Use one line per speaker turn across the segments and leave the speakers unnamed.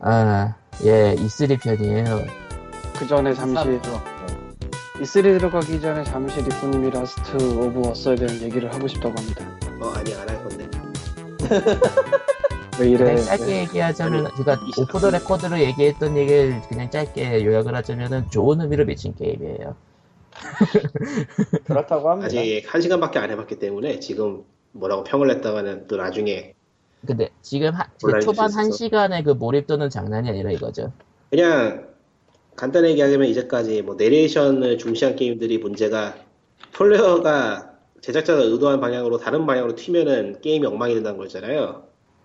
아, 예, E3 편이에요.
그 전에
아,
잠시
그렇죠.
E3 들어가기 전에 잠시 리프님이 라스트 오브 어스에 대한 얘기를 하고 싶다고 합니다.
어 아니 안 할 건데.
왜 이래?
그냥 네,
네,
짧게 얘기하자면,
E
그러니까 오프 더 레코드로 얘기했던 얘기를 그냥 짧게 요약을 하자면은 좋은 의미로 미친 게임이에요.
그렇다고 합니다.
아직 한 시간밖에 안 해봤기 때문에 지금 뭐라고 평을 냈다가는 또 나중에
근데 지금 하- 그
온라인
초반
있어서.
한 시간에 그 몰입도는 장난이 아니라 이거죠.
그냥 간단히 얘기하자면 이제까지 뭐 내레이션을 중시한 게임들이 문제가 플레이어가 제작자가 의도한 방향으로 다른 방향으로 튀면은 게임이 엉망이 된다는 거잖아요.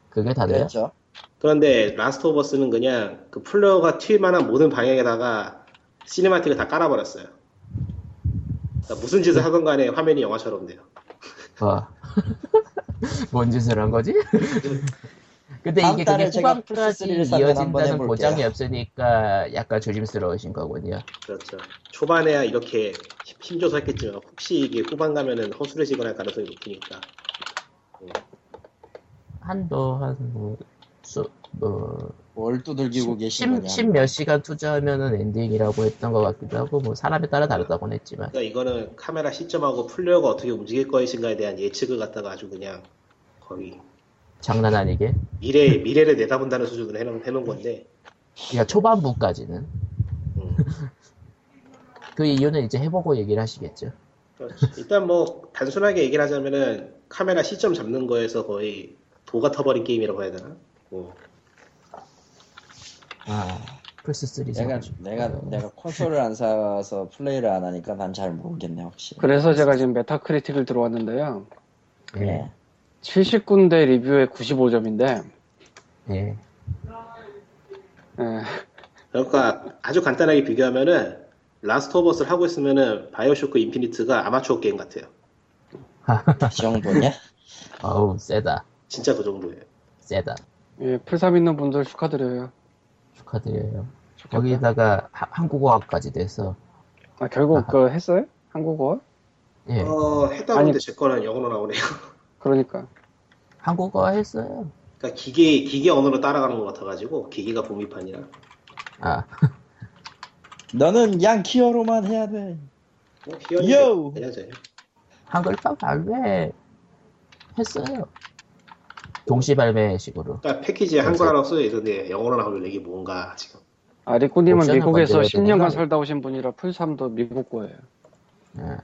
그게 다돼요?
그렇죠.
그런데 라스트 오브 어스는 그냥 그 플레이어가 튈 만한 모든 방향에다가 시네마틱을 다 깔아버렸어요. 그러니까 무슨 짓을 하건 간에 화면이 영화처럼 돼요.
네.
어. 뭔 짓을 한 거지? 근데
다음
이게
달에
그게
제가
후반까지
플스3를 사면 한번
이어진다는
해볼게요.
보장이 없으니까 약간 조심스러우신 거군요.
그렇죠. 초반에야 이렇게 힘- 힘줘서 했겠지만 혹시 이게 후반 가면은 허술해지거나 할 가능성이 높으니까
한도한 뭐, 수, 뭐,
뭘 두들기고 계신 거냐?
십몇 시간 투자하면은 엔딩이라고 했던 것 같기도 하고 뭐 사람에 따라 다르다고는 했지만
그러니까 이거는 카메라 시점하고 플레이어가 어떻게 움직일 것인가에 대한 예측을 갖다가 아주 그냥 거의
장난 아니게
미래 미래를 내다본다는 수준으로 해놓은, 해놓은 건데
그러니까 초반부까지는
음.
그 이유는 이제 해보고 얘기를 하시겠죠
그렇지. 일단 뭐 단순하게 얘기를 하자면은 카메라 시점 잡는 거에서 거의 도가 터버린 게임이라고 해야 되나? 뭐
아 플스 네. 3
내가 내가 내가 콘솔을 안 사서 플레이를 안 하니까 난 잘 모르겠네 혹시.
그래서 제가 지금 메타크리틱을 들어왔는데요.
예,
네.
79대 리뷰에 95점인데
예.
예,
그러니까 아주 간단하게 비교하면은 라스트 오브 어스를 하고 있으면은 바이오쇼크 인피니트가 아마추어 게임 같아요.
그 정도냐?
어우 세다
진짜 그 정도예요.
세다
예, 풀삼 있는 분들 축하드려요.
축하드려요
좋겠다.
거기다가 하- 한국어까지 돼서
아, 결국
아하.
그거 했어요? 한국어?
예
어, 했다
아니-
보는데 제 거는 영어로 나오네요.
그러니까
한국어 했어요
그러니까 기계 기계 언어로 따라가는 것 같아가지고 기계가 복미판이라.
아
너는 양키어로만 해야 돼.
뭐
요우!
희열이 해야죠.
한글판 발매 했어요 동시 발매식으로
그러니까 패키지에 한글화라고 쓰여 있는데 영어로 나오면 이게 뭔가 지금.
아, 리코님은
옵션을
미국에서
만들어야 되는
10년간
거
살다 오신 분이라 풀삼도 미국 거예요.
예.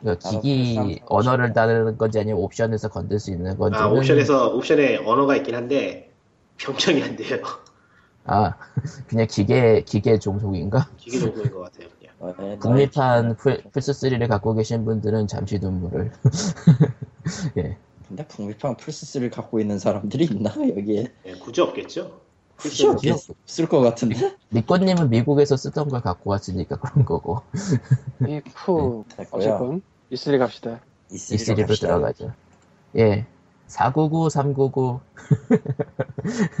그러니까
바로
기기
그 쌍-
언어를 따르는 건지 아니면 옵션에서 건들 수 있는 건지
아 옵션에서 옵션에 언어가 있긴 한데 변경이 안 돼요.
아, 그냥 기계, 기계 종속인가?
기계 정도인 것 같아요. 그냥.
어, 예,
국내판 플스3를 갖고 계신 분들은 잠시 눈물을. 예.
근데 북미판 플스3를 갖고 있는 사람들이 있나 여기에?
예, 굳이 없겠죠.
혹시 없- 없을 것 같은데?
니꼬님은 미국에서 쓰던 걸 갖고 왔으니까 그런 거고.
이쿠
됐고요.
어쨌건 이슬리 갑시다.
E3로
E3로
갑시다.
들어가죠. 예. 499, 399.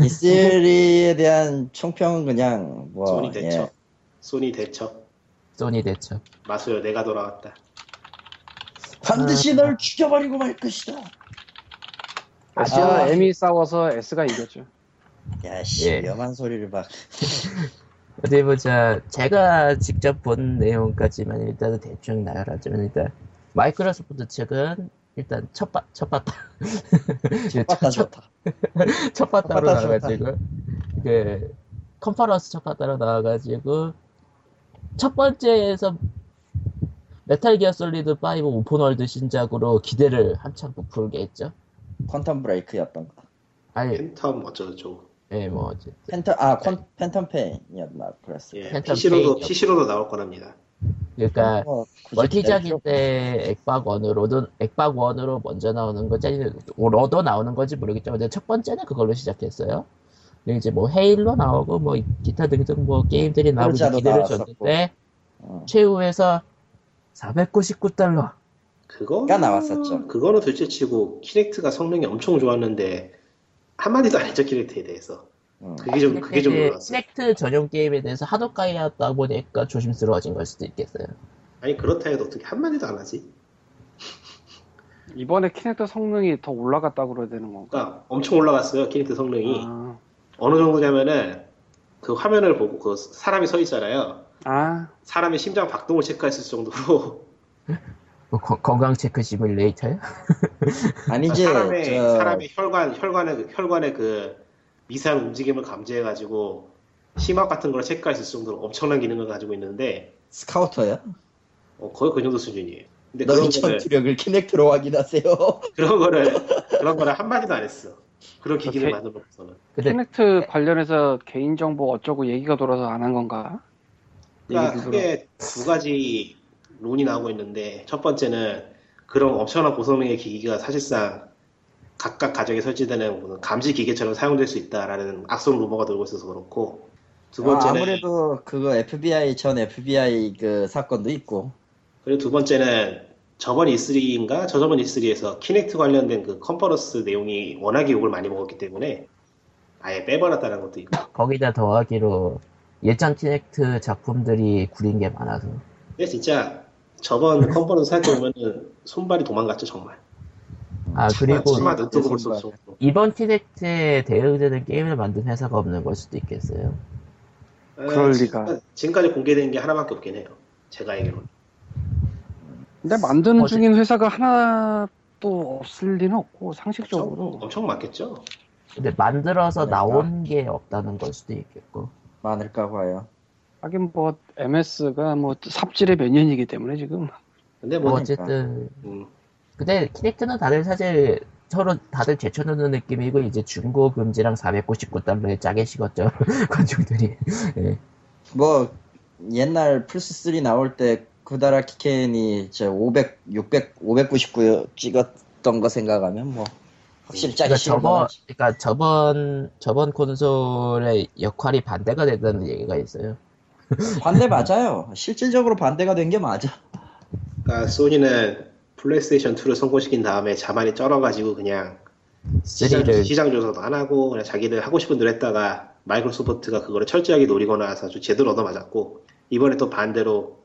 E3에 대한 총평은 그냥
어,
뭐
소니 대처.
예.
소니 대처.
소니 대처.
마수요 내가 돌아왔다.
반드시 널 죽여버리고 말 것이다.
아,
S와
아.
M이 싸워서 S가 이겼죠.
야씨
예.
위험한 소리를 막.
어디 보자. 제가 직접 본 내용까지만 일단은 대충 나열하자면 일단 마이크로소프트 측은 일단 첫 바, 첫 봤다.
맞다 좋다.
첫 바따로
바따
나와가지고 그 컨퍼런스 첫 바따로 나와가지고 첫 번째에서 메탈 기어 솔리드 5 오픈월드 신작으로 기대를 한참 부풀게 했죠.
퀀텀 브레이크였던 거.
아니,
팬텀 어쩌고저쩌고.
예, 뭐 어째.
팬텀 아 콘, 팬텀 페인이었나 그랬어.
예,
팬텀
PC로도
페인이요.
PC로도 나올 거랍니다.
그러니까
뭐, 굳이
멀티작일 때 액박 원으로든 액박 원으로 먼저 나오는 거지 아니면 로더 나오는 건지 모르겠지만 근데 첫 번째는 그걸로 시작했어요. 근데 이제 뭐 헤일로 나오고 뭐 기타 등등 뭐 게임들이 나오고 이제
폴자도
기대를
나왔었고.
줬는데
어.
최후에서 499달러.
그거
가 나왔었죠.
그거는 둘째치고 키넥트가 성능이 엄청 좋았는데 한마디도 안 했죠 키넥트에 대해서.
음.
그게 좀 그게 좀
네.
놀랐어요.
스넥트 전용 게임에 대해서 하도 까이였다 보니까 조심스러워진 걸 수도 있겠어요.
아니 그렇다 해도 어떻게 한마디도 안 하지?
이번에 키넥트 성능이 더 올라갔다 그래야 되는 건가?
그러니까 엄청 올라갔어요 키넥트 성능이.
아,
어느 정도냐면은 그 화면을 보고 그 사람이 서 있잖아요.
아,
사람의 심장 박동을 체크했을 정도로
뭐 거- 건강 체크 시뮬레이터요?
아니지
그러니까 사람의
저
사람의 혈관 혈관의 혈관의 그 미세한 움직임을 감지해가지고 심박 같은 걸 체크할 수 있을 정도로 엄청난 기능을 가지고 있는데
스카우터야?
어, 거의 그 정도 수준이에요. 근데
너
그런
이
거를
전투력을 키넥트로 확인하세요.
그런 거를 그런 거를 한 마디도 안 했어. 그런 기기를
오케이.
만들어서는
네.
근데-
키넥트 관련해서 개인정보 어쩌고 얘기가 돌아서 안 한 건가?
그러니까
얘기
크게 두 가지 론이 나오고 있는데 첫 번째는 그런 엄청난 고성능의 기기가 사실상 각각 가정에 설치되는 무슨 감시 기계처럼 사용될 수 있다라는 악성 루머가 돌고 있어서 그렇고 두
아,
번째는
아무래도 그거 FBI 전 FBI 그 사건도 있고
그리고 두 번째는 저번 E3인가 저저번 E3에서 키넥트 관련된 그 컨퍼런스 내용이 워낙에 욕을 많이 먹었기 때문에 아예 빼버렸다는 것도 있고
거기다 더하기로 예전 키넥트 작품들이 구린 게 많아서
근데 진짜 저번 컨퍼런스 할 때 보면은 손발이 도망갔죠 정말
아 그리고
정말 눈뜨고 볼수
손발.
없어
이번 키넥트에 대응되는 게임을 만든 회사가 없는 걸 수도 있겠어요
그럴 리가.
아, 지금까지- 지금까지 공개된 게 하나밖에 없긴 해요. 제가 알기로는.
근데 만드는
어제-
중인 회사가 하나도 없을 리는 없고 상식적으로
엄청 많겠죠?
근데 만들어서
그러니까.
나온 게 없다는 걸 수도 있겠고
많을까 봐요.
하긴 뭐 MS가 뭐 삽질의 매년이기 때문에 지금
근데
뭐
뭐,
그러니까.
어쨌든
음,
근데 키넥트는 다들 사실 서로 다들 제쳐놓는 느낌이고 이제 중고 금지랑 499달러에 짜게 식었죠 관중들이 예.
뭐 옛날 플스 3 나올 때 구다라 키켄이 저 500, 600, 599 찍었던 거 생각하면 뭐 확실히 짜기
그러니까
싫은
저번
거
그러니까 저번 저번 콘솔의 역할이 반대가 됐다는 얘기가 있어요
반대 맞아요. 실질적으로 반대가 된 게 맞아.
그러니까 소니는 플레이스테이션 2를 성공시킨 다음에 자만이 쩔어가지고 그냥 시장,
3를
시장 조사도 안 하고 그냥 자기들 하고 싶은 대로 했다가 마이크로소프트가 그거를 철저하게 노리거나 해서 아주 제대로 얻어맞았고 이번에 또 반대로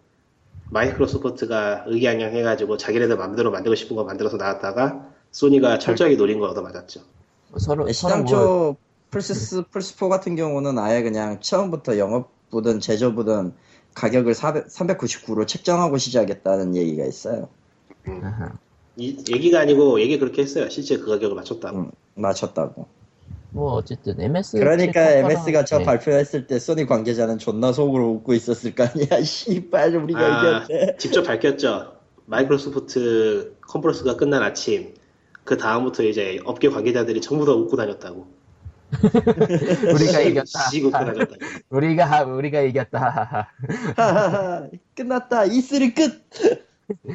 마이크로소프트가 의기양양 해가지고 자기네들 마음대로 만들고 싶은 거 만들어서 나왔다가
네.
소니가 철저하게 노린 걸 얻어맞았죠.
서로 서로
시장
뭐
쪽 플스 플스 4 같은 경우는 아예 그냥 처음부터 영업부든 제조부든 가격을 400, 399로 책정하고 시작했다는 얘기가 있어요.
아하.
이- 얘기가 아니고 얘기 그렇게 했어요. 실제 그 가격을 맞췄다고.
음, 맞췄다고.
뭐 어쨌든
네,
MS
그러니까
키넥터랑-
MS가 저
예.
발표했을 때 소니 관계자는 존나 속으로 웃고 있었을 거 아니야. 씨발 우리가
아.
이겼대.
직접 밝혔죠. 마이크로소프트 컨퍼런스가 끝난 아침 그 다음부터 이제 업계 관계자들이 전부 다 웃고 다녔다고.
우리가 그러니까 이겼다
씩 웃고 다녔다고.
우리가 우리가 이겼다
하하하. 끝났다. E3 끝.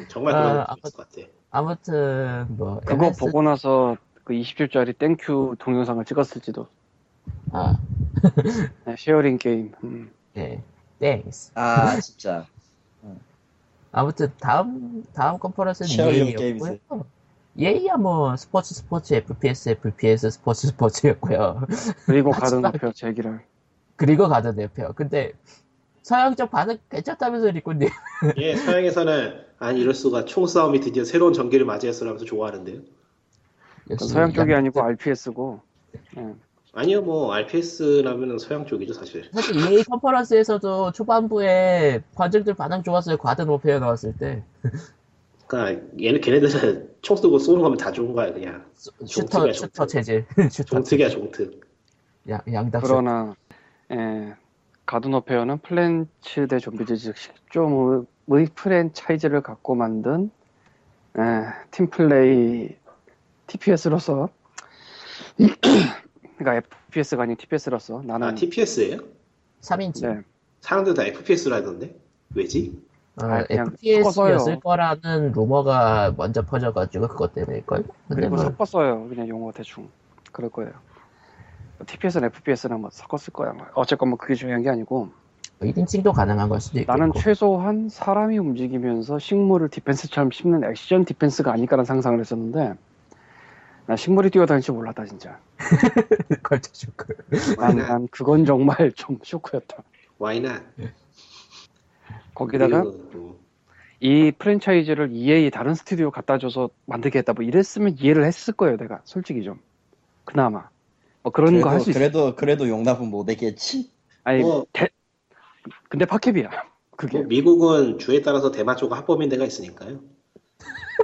정말
아,
그런
아까-
느낌이었을 것 같아.
아무튼 뭐
그거
MS
보고 나서 그 20줄짜리 땡큐 동영상을 찍었을지도
아,
네, 쉐어링 게임 음.
예. 땡스.
아 진짜.
아무튼 다음 다음 컨퍼런스는
쉐어링
예이였고요. 예이야 뭐 스포츠 스포츠 FPS FPS 스포츠 스포츠였고요.
그리고
아,
가든
진짜.
대표 제기를
그리고 가든 대표. 근데 서양적 반응 괜찮다면서 리콘님.
예, 서양에서는 아니 이럴 수가 총싸움이 드디어 새로운 전기를 맞이했어라면서 좋아하는데요.
그
역시
서양 쪽이
양-
아니고 RPS고
아니요, 뭐 RPS라면은 서양 쪽이죠 사실.
사실 예이 컨퍼런스에서도 초반부에 관중들 반응 좋았어요. 가든 오페어 나왔을 때
그러니까 얘네 걔네들은 총 쏘고 쏘는 거면 다 좋은 거야 그냥.
수-
종특이야,
슈터 슈터
종특.
체질. 슈터
종특이야 종특.
양 양당 슈터.
그러나 예, 가든 오페어는 플랜츠 대 좀비즈 즉 10종의 프랜차이즈를 갖고 만든 예, 팀플레이 TPS로서 그러니까 FPS가 아닌 TPS로서 나는
아 TPS예요?
3인칭.
네,
사람들 다 FPS로 하던데 왜지?
어,
아, 그냥
FPS였을
섞어서요.
거라는 루머가 먼저 퍼져가지고 그것 때문일걸? 근데
그리고
뭐,
섞었어요 그냥 용어 대충 그럴 거예요 TPS랑 FPS랑 뭐 섞었을 거야 아마. 어쨌건 뭐 그게 중요한 게 아니고
1인칭도 가능한 걸 수도 있고
나는 최소한 사람이 움직이면서 식물을 디펜스처럼 심는 액션 디펜스가 아닐까라는 상상을 했었는데 나 식물이 뛰어다닐 줄 몰랐다 진짜
걸쳐줄 걸
난,
Why not?
난 그건 정말 좀 쇼크였다
Why not?
거기다가
그리고, 음.
이 프랜차이즈를 EA 다른 스튜디오 갖다 줘서 만들게 했다 뭐 이랬으면 이해를 했을 거예요 내가 솔직히 좀 그나마 뭐 그런 거 할 수 있어
그래도 그래도 용납은 못했겠지.
아니
뭐-
대- 근데 파캡이야 그게
뭐 미국은 주에 따라서 대마 쪽 합법인 데가 있으니까요.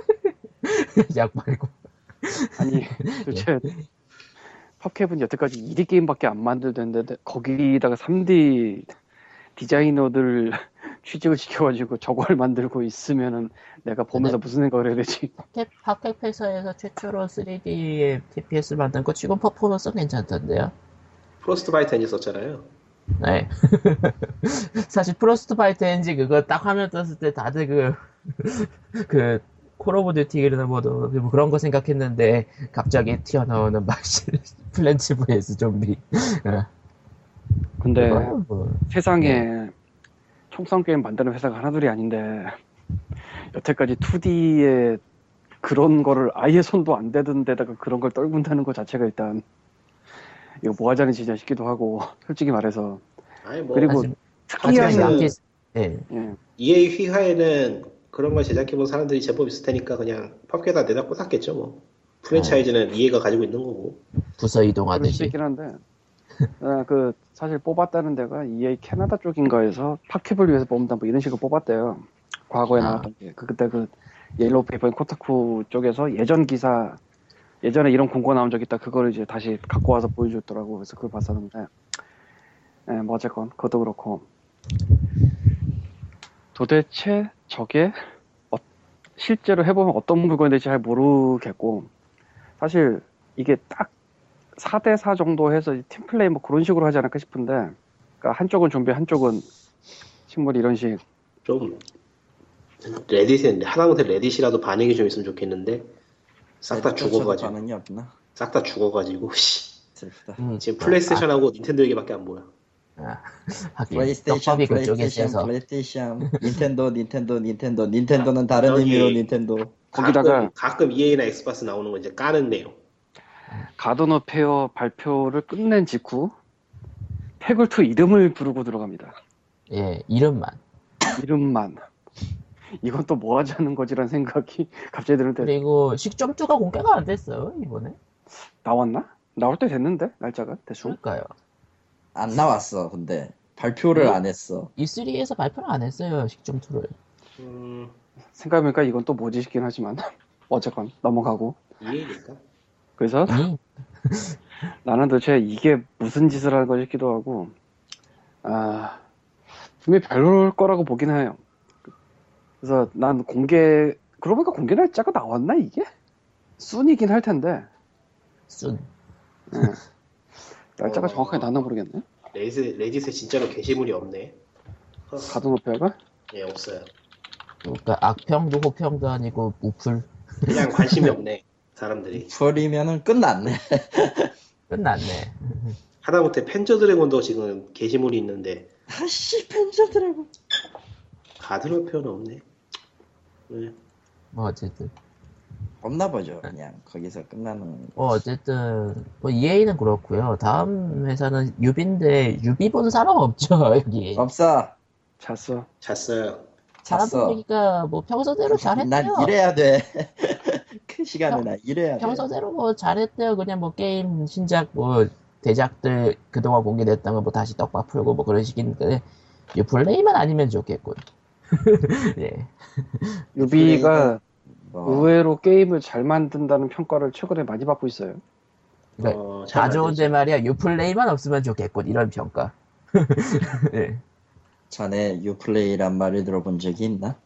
약 말고.
아니 도대체 팝캡은 여태까지 2D 게임밖에 안 만들던데 거기다가 3D 디자이너들 취직을 시켜가지고 저걸 만들고 있으면은 내가 보면서 무슨 생각을 해야 되지?
팝캡, 팝캡 회사에서 최초로 3D TPS를 만든 거 지금 퍼포먼스는 괜찮던데요.
프로스트 바이트 엔진 썼잖아요.
네. 사실 프로스트 파이트인지 그거 딱 화면 떴을 때 다들 그, 그, 콜 오브 듀티나 뭐, 뭐 그런 거 생각했는데 갑자기 튀어나오는 마실 플랜츠 vs 좀비. 어,
근데
그거는 뭐,
네. 세상에 총성 게임 만드는 회사가 하나둘이 아닌데 여태까지 2D에 그런 거를 아예 손도 안 대던 데다가 그런 걸 떨군다는 것 자체가 일단 이거 뭐 하자는 짓이냐 싶기도 하고 솔직히 말해서
아니 뭐
그리고
사실-
특이한
하지만
특이한-
양키, 예.
예.
EA 휘하에는 그런 걸 제작해본 사람들이 제법 있을 테니까 그냥 팝캐다 내다 꽂았겠죠 뭐. 프랜차이즈는
어.
EA가 가지고 있는 거고.
부서
그럴 수도
이동하듯이.
있긴 한데 아, 그 사실 뽑았다는 데가 EA 캐나다 쪽인가에서 팝캡을 위해서 뽑는다 뭐 이런 식으로 뽑았대요 과거에
아.
나왔던 게 그- 그때 그 옐로우 페이퍼인 코타쿠 쪽에서 예전 기사 예전에 이런 공고 나온 적 있다 그거를 이제 다시 갖고 와서 보여줬더라고 그래서 그걸 봤었는데 예, 뭐 어쨌건 그것도 그렇고 도대체 저게 어- 실제로 해보면 어떤 물건인지 잘 모르겠고 사실 이게 딱 4대4 정도 해서 팀플레이 뭐 그런 식으로 하지 않을까 싶은데 그러니까 한쪽은 좀비 한쪽은 식물 이런 식
좀 레딧에 하다못해 레딧이라도 반응이 좀 있으면 좋겠는데 싹 다 죽어가지고
반응이 없나?
싹 다 죽어가지고 씨
슬프다.
음,
지금
아,
플레이스테이션하고 닌텐도 얘기밖에 안 보여.
하긴
플레이스테이션,
예, 떡밥이 그쪽에
플레이스테이션,
있어서
플레이스테이션, 닌텐도, 닌텐도, 닌텐도, 닌텐도는 다른
저기-
의미로 닌텐도.
거기다가-
가끔, 가끔 EA나 엑스박스 나오는 거 이제 까는 내용.
가든 오페어 발표를 끝낸 직후 패글2 이름을 부르고 들어갑니다
예
네.
이름만
이름만 이건 또 뭐 하자는 거지라는 생각이 갑자기 드는데
그리고 식점주가 공개가 안 됐어요 이번에
나왔나? 나올 때 됐는데 날짜가 대충
그러니까요
안 나왔어, 근데. 발표를
음?
안 했어.
E3에서 발표를 안 했어요 식점주를
음,
생각해보니까 이건 또 뭐지 싶긴 하지만 어쨌건 넘어가고
EA니까.
그래서
음,
나는 도대체 이게 무슨 짓을 하는 거지 싶기도 하고 아 분명히 별로일 거라고 보긴 해요 그래서 난 공개 그러고 보니까 공개 날짜가 나왔나 이게? 순이긴 할 텐데
순
날짜가
어.
정확하게 나왔나 모르겠네
레딧 레딧에 진짜로 게시물이 없네. 어,
가든오페어가
예 없어요.
그러니까 악평도 호평도 아니고 우풀
그냥 관심이 없네 사람들이.
버리면은 끝났네.
끝났네
하다못해 펜저 드래곤도 지금 게시물이 있는데
아씨, 펜저드라고.
가드로 표현 없네. 네.
뭐 어쨌든
없나 보죠, 그냥. 거기서 끝나는.
뭐 어쨌든 뭐 EA는 그렇고요 다음 회사는 유비인데 유비 본 사람 없죠 여기
없어.
잤어
잤어요.
사람
잤어.
보니까 뭐 평소대로 잘했대요
난 일해야 돼. 그 시간에 나
네.
일해야 돼.
평소대로 뭐 잘했대요. 그냥 뭐 게임 신작 뭐 대작들 그동안 공개됐던 거 뭐 다시 떡밥 풀고 뭐 그런 식인데 이 플레이만 아니면 좋겠군. 예.
네, 유비가 어.
뭐,
의외로 게임을 잘 만든다는 평가를 최근에 많이 받고 있어요
네.
어, 잘
다 좋은데
만들지.
말이야. 유플레이만 없으면 좋겠군. 이런 평가. 예.
전에 유플레이란 말을 들어본 적이 있나?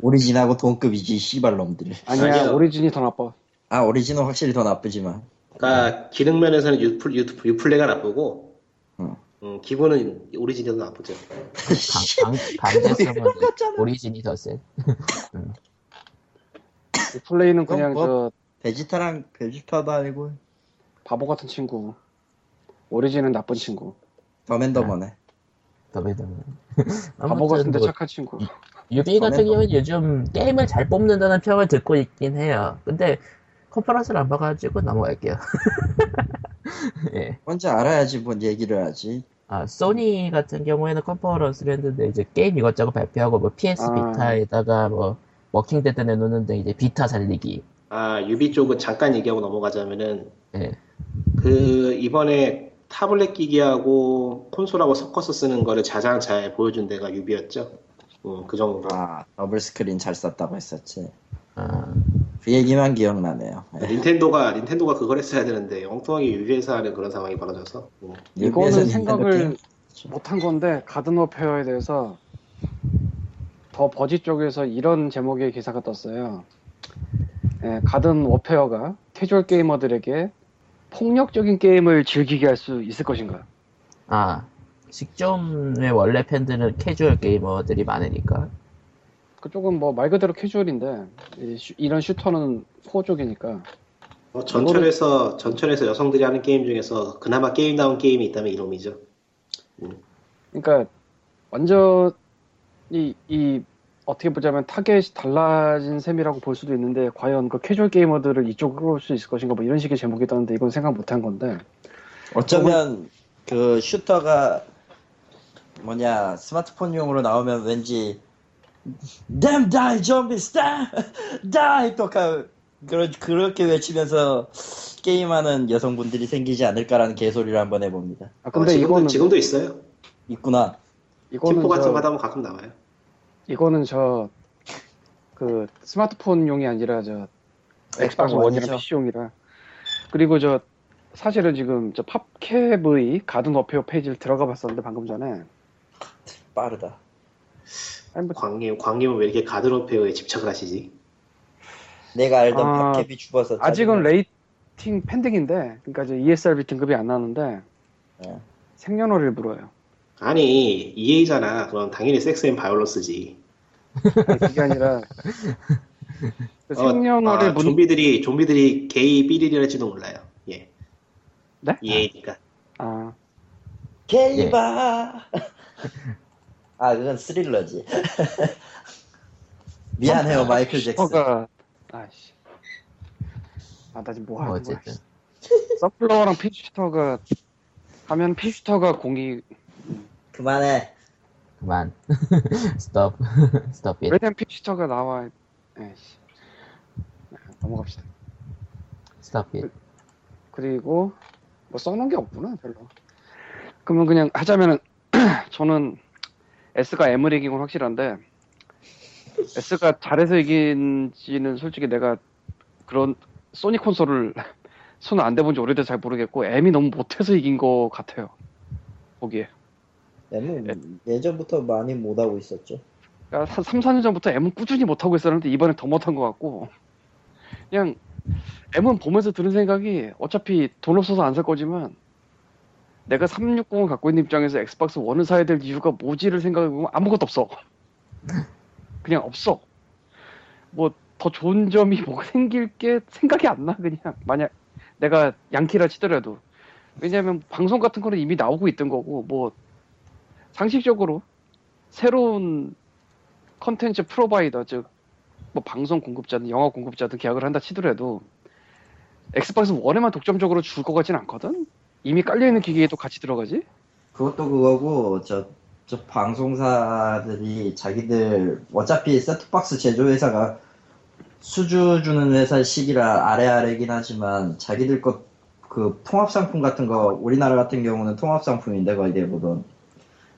오리진하고 동급이지, 씨발놈들.
아니야
아니요.
오리진이 더 나빠
아, 오리진은 확실히 더 나쁘지만.
그러니까 기능 면에서는 유플 유플, 레가 나쁘고
음.
음, 기본은 오리지널도 나쁘죠.
강, 강, 강제성은
그런 거 같잖아.
오리진이 더 센.
플레이는 그냥
그럼
저
베지타랑 베지타도 아니고
바보 같은 친구 오리진은 나쁜 친구
더맨더머네.
더베더는.
바보 같은데
뭐
착한 친구
유비 같은
저는 뭐-
경우는 요즘 게임을 잘 뽑는다는 평을 듣고 있긴 해요. 근데 컨퍼런스를 안 봐가지고 넘어갈게요. 예.
뭔지 알아야지 뭔 얘기를 하지.
아, 소니 같은 경우에는 컨퍼런스를 했는데 이제 게임 이것저것 발표하고 뭐 PS
아.
비타에다가 뭐 워킹 데드 내놓는데 이제 비타 살리기.
아 유비 쪽은 잠깐 얘기하고 넘어가자면은
예.
그 이번에 타블렛 기기하고 콘솔하고 섞어서 쓰는 거를 가장 잘 보여준 데가 유비였죠. 음, 그 정도.
아 더블 스크린 잘 썼다고 했었지.
아,
그 얘기만 기억나네요. 예.
닌텐도가 닌텐도가 그걸 했어야 되는데 엉뚱하게 유비에서 하는 그런 상황이 벌어져서 음.
유비에서
이거는
닌텐도
생각을
게임-
못한 건데 가든 워페어에 대해서 더 버지 쪽에서 이런 제목의 기사가 떴어요. 예, 가든 워페어가 캐주얼 게이머들에게 폭력적인 게임을 즐기게 할 수 있을 것인가?
아 식점의 원래 팬들은 캐주얼 게이머들이 많으니까
그쪽은 뭐 말 그대로 캐주얼인데 이 슈- 이런 슈터는 코어 쪽이니까
어, 전철에서 전철에서 여성들이 하는 게임 중에서 그나마 게임다운 게임이 있다면 이놈이죠. 어,
그러니까 완전히 이 어떻게 보자면 타겟이 달라진 셈이라고 볼 수도 있는데 과연 그 캐주얼 게이머들을 이쪽으로 끌어올 수 있을 것인가 뭐 이런 식의 제목이 떴는데 이건 생각 못 한 건데
어쩌면 그 슈터가 뭐냐 스마트폰용으로 나오면 왠지 Damn die zombie star die 똑같 그런 그렇게 외치면서 게임하는 여성분들이 생기지 않을까라는 개소리를 한번 해봅니다.
아 근데
어, 지금도,
이거는
지금도 있어요.
있구나.
이거는
팀포 같은 거
저,
하다 보면 가끔 나와요.
이거는 저 그 스마트폰용이 아니라 저 엑스박스 원이랑
원이죠.
PC용이라 그리고 저 사실은 지금 저 팝캡의 가든 어페어 페이지를 들어가 봤었는데 방금 전에
빠르다.
아니 뭐
광님 광님은 왜 이렇게 가드로페어에 집착을 하시지?
내가 알던
아,
팝캡이 죽어서
아직은
짜증나.
레이팅 pending인데, 그러니까 이제 ESRB 등급이 안 나는데
네.
생년월일 물어요.
아니 EA잖아. 그럼 당연히 섹스앤 바이올런스지.
아니, 그게 아니라 그 생년월일
아,
문
좀비들이 좀비들이 게이 삐리리랄지도 몰라요. 예.
네?
EA니까.
아,
게이바.
예.
아 그건 스릴러지.
아,
미안해요 마이클 잭슨.
슈퍼가 아씨. 아, 나 지금 뭐
뭐
하는 거야?
어쨌든
서플로어랑 피슈터가 하면 피슈터가 공이
그만해.
그만 스톱 스톱 잇
왜냐면 피슈터가 나와. 예, 에이씨. 아, 넘어갑시다.
스톱 잇
그리고 뭐 써놓은 게 없구나 별로. 그러면 그냥 하자면은 저는 S가 M을 이긴 건 확실한데 S가 잘해서 이긴지는 솔직히 내가 그런 소니 콘솔을 손을 안 대본 지 오래돼서 잘 모르겠고 M이 너무 못해서 이긴 것 같아요. 보기에. 예.
얘는 음, 예전부터 많이 못하고 있었죠.
그러니까 한 3, 4년 전부터 M은 꾸준히 못하고 있었는데 이번엔 더 못한 것 같고 그냥 M은 보면서 들은 생각이 어차피 돈 없어서 안 살 거지만 내가 360을 갖고 있는 입장에서 엑스박스 1을 사야 될 이유가 뭐지를 생각해보면 아무것도 없어 그냥 없어 뭐 더 좋은 점이 뭐 생길 게 생각이 안 나 그냥 만약 내가 양키라 치더라도 왜냐면 방송 같은 거는 이미 나오고 있던 거고 뭐 상식적으로 새로운 컨텐츠 프로바이더 즉 뭐 방송 공급자든 영화 공급자든 계약을 한다 치더라도 엑스박스 원에만 독점적으로 줄 것 같진 않거든. 이미 깔려 있는 기기에도 같이 들어가지.
그것도 그거고 저, 저 방송사들이 자기들 어차피 세트박스 제조회사가 수주 주는 회사 시기라 아래 아래긴 하지만 자기들 것 그 통합 상품 같은 거 우리나라 같은 경우는 통합 상품인데 거의 대부분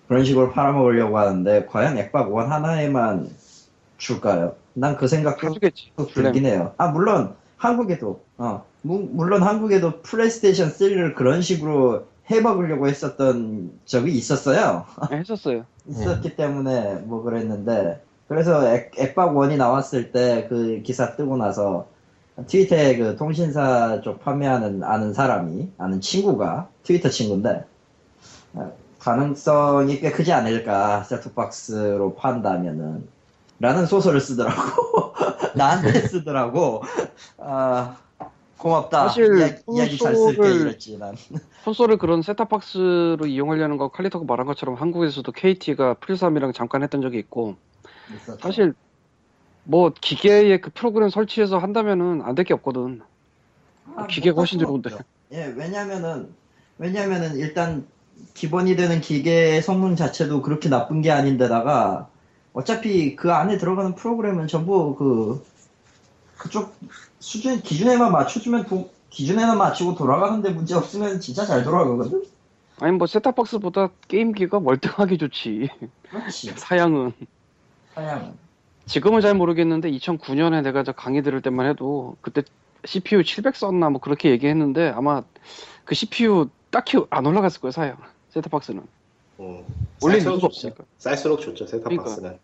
그런 식으로 팔아먹으려고 하는데 과연 액박 원 하나에만 줄까요? 난 그 생각도
가주겠지.
또 들긴 해요. 아 물론 한국에도 어 무- 물론 한국에도 플레이스테이션 3를 그런 식으로 해먹으려고 했었던 적이 있었어요.
네, 했었어요.
있었기
음.
때문에 뭐 그랬는데 그래서 액, 액박 원이 나왔을 때 그 기사 뜨고 나서 트위터에 그 통신사 쪽 판매하는 아는 사람이 아는 친구가 트위터 친구인데 어, 가능성이 꽤 크지 않을까 셋톱박스로 판다면은 라는 소설을 쓰더라고 나한테 쓰더라고 아 고맙다
사실
이야- 이야기 잘 쓸게
소설을-
이랬지 난
콘솔을 그런 셋탑박스로 이용하려는 거 칼리터가 말한 것처럼 한국에서도 KT가 플스3이랑 잠깐 했던 적이 있고
있었죠.
사실 뭐 기계에 그 프로그램 설치해서 한다면은 안 될 게 없거든.
아,
기계가 훨씬
못할 건
좋은데.
없죠. 예, 왜냐면은 왜냐면은 일단 기본이 되는 기계의 성능 자체도 그렇게 나쁜 게 아닌데다가 어차피 그 안에 들어가는 프로그램은 전부 그 그쪽 수준 기준에만 맞춰주면 도- 기준에만 맞추고 돌아가는데 문제 없으면 진짜 잘 돌아가거든.
아니 뭐 셋탑박스보다 게임기가 월등하게 좋지
그렇지.
사양은
사양.
지금은 잘 모르겠는데 2009년에 내가 저 강의 들을 때만 해도 그때 CPU 700 썼나 뭐 그렇게 얘기했는데 아마 그 CPU 딱히 안 올라갔을 거예요 사양 셋탑박스는
음.
원래
쌀수록
누가
좋죠.
없으니까
쌀수록 좋죠
그러니까.
셋탑박스는.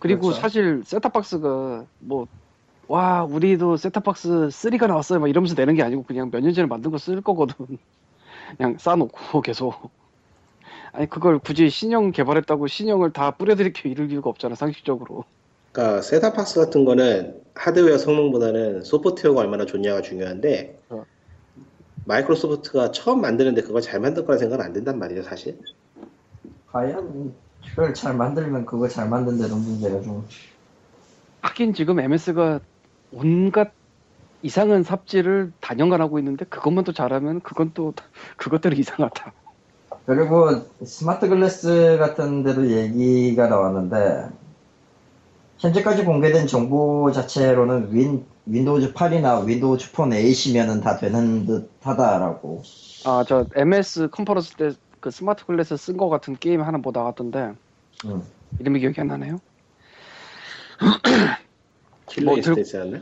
그리고
그렇죠.
사실 셋탑박스가 뭐 와 우리도 셋탑박스 3가 나왔어요 막 이러면서 내는 게 아니고 그냥 몇 년 전에 만든 거 쓸 거거든 그냥 싸놓고 계속 아니 그걸 굳이 신형 개발했다고 신형을 다 뿌려드릴 게 이럴 이유가 없잖아 상식적으로
그러니까 셋탑박스 같은 거는 하드웨어 성능보다는 소프트웨어가 얼마나 좋냐가 중요한데
어.
마이크로소프트가 처음 만드는데 그걸 잘 만들 거라 생각은 안 된단 말이죠 사실.
과연 그걸 잘 만들면 그걸 잘 만든다는 문제가 좀.
하긴 지금 MS가 온갖 이상한 삽질을 단연간 하고 있는데 그것만 또 잘하면 그건 또 그것대로 이상하다
그리고 스마트 글래스 같은 데도 얘기가 나왔는데 현재까지 공개된 정보 자체로는 윈, 윈도우즈 8이나 윈도우즈 폰 8이면은 다 되는 듯 하다라고
아 저 MS 컨퍼런스 때 그 스마트 클래스 쓴 거 같은 게임 하나 뭐 나왔던데
음.
이름이 기억이 안 나네요.
킬러
뭐 들-
인스턴스였나?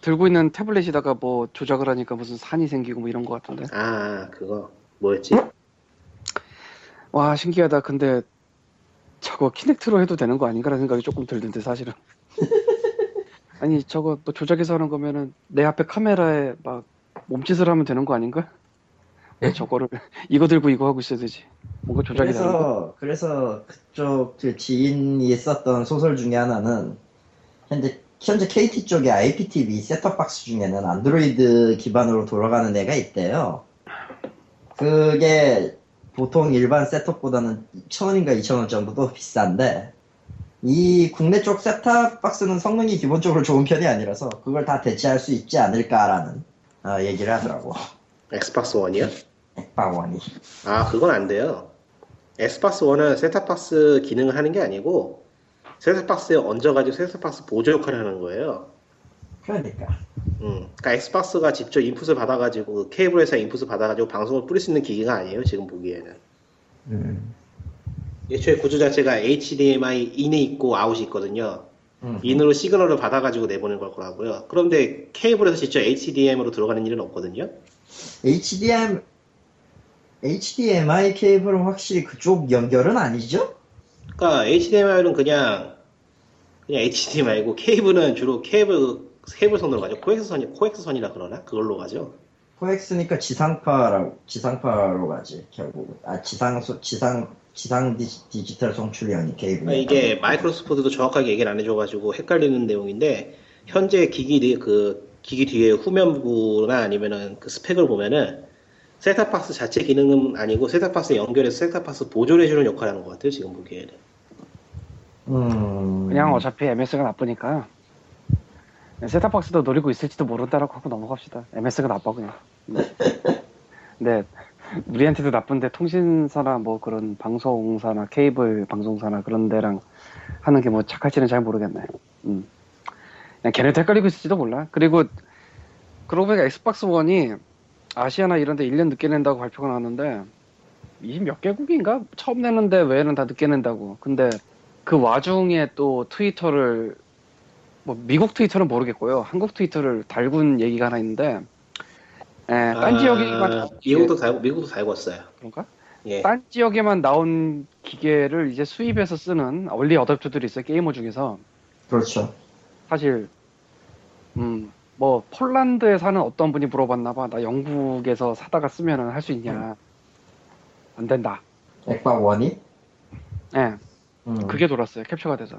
들고 있는 태블릿에다가 뭐 조작을 하니까 무슨 산이 생기고 뭐 이런 거 같던데.
아 그거 뭐였지?
와 신기하다. 근데 저거 키넥트로 해도 되는 거 아닌가라는 생각이 조금 들던데 사실은. 아니 저거 또 조작해서 하는 거면은 내 앞에 카메라에 막 몸짓을 하면 되는 거 아닌가? 왜 저거를 이거 들고 이거 하고 있어야 되지. 뭔가 조작이 되는 거.
그래서 그래서 그쪽 그 지인이 썼던 소설 중에 하나는 현재 현재 KT 쪽에 IPTV 셋톱박스 중에는 안드로이드 기반으로 돌아가는 애가 있대요. 그게 보통 일반 셋톱보다는 1,000원인가 2,000원 정도 더 비싼데 이 국내 쪽 셋톱박스는 성능이 기본적으로 좋은 편이 아니라서 그걸 다 대체할 수 있지 않을까라는 어, 얘기를 하더라고.
엑스박스 원이요?
박원이.
아 그건 안 돼요. 엑스박스 원은 셋탑박스 기능을 하는 게 아니고 셋탑박스에 얹어가지고 셋탑박스 보조 역할을 하는 거예요.
그러니까.
음, 그러니까 엑스박스가 직접 인풋을 받아가지고 그 케이블 회사 인풋을 받아가지고 방송을 뿌릴 수 있는 기기가 아니에요 지금 보기에는
음.
예초에 구조 자체가 HDMI 인이 있고 아웃이 있거든요
음.
인으로 시그널을 받아가지고 내보낸 걸 거라고요 그런데 케이블에서 직접 HDMI로 들어가는 일은 없거든요
HDM, HDMI 케이블은 확실히 그쪽 연결은 아니죠?
그러니까 HDMI는 그냥 그냥 HDMI고 케이블은 주로 케이블 케이블 선으로 가죠 코엑스 선이 코엑스 선이라 그러나 그걸로 가죠
코엑스니까 지상파라고, 지상파로 가지, 결국은. 아, 지상, 소- 지상, 지상 디, 지털 송출형이 케이블.
그러니까 이게 마이크로소프트도 정확하게 얘기를 안 해줘가지고 헷갈리는 내용인데 현재 기기 뒤- 그 기기 뒤에 후면부나 아니면은 그 스펙을 보면은 셋탑박스 자체 기능은 아니고 셋탑박스 연결해서 셋탑박스 보조를 해주는 역할을 하는 것 같아요 지금 보기에는
음.
그냥 어차피 MS가 나쁘니까 네, 세탁박스도 노리고 있을지도 모른다라고 하고 넘어갑시다. MS가 나빠 그냥. 네, 우리한테도 나쁜데 통신사나 뭐 그런 방송사나 케이블 방송사나 그런 데랑 하는 게 뭐 착할지는 잘 모르겠네. 음. 그냥 걔네도 헷갈리고 있을지도 몰라. 그리고 그러고 보니까 엑스박스 원이 아시아나 이런 데 1년 늦게 낸다고 발표가 나왔는데 20몇 개국인가? 처음 내는데 외에는 다 늦게 낸다고. 근데 그 와중에 또 트위터를 뭐 미국 트위터는 모르겠고요 한국 트위터를 달군 얘기가 하나 있는데 에, 딴
아,
지역에만 나온
미국도 다 미국도 다 읽었어요
그런가?
예
딴 지역에만 나온 기계를 이제 수입해서 쓰는 원리 어댑터들이 있어요 게이머 중에서
그렇죠.
사실 음 뭐 폴란드에 사는 어떤 분이 물어봤나 봐나 영국에서 사다가 쓰면은 할 수 있냐 안 된다
액박 원이?
예
음.
그게 돌았어요 캡처가 돼서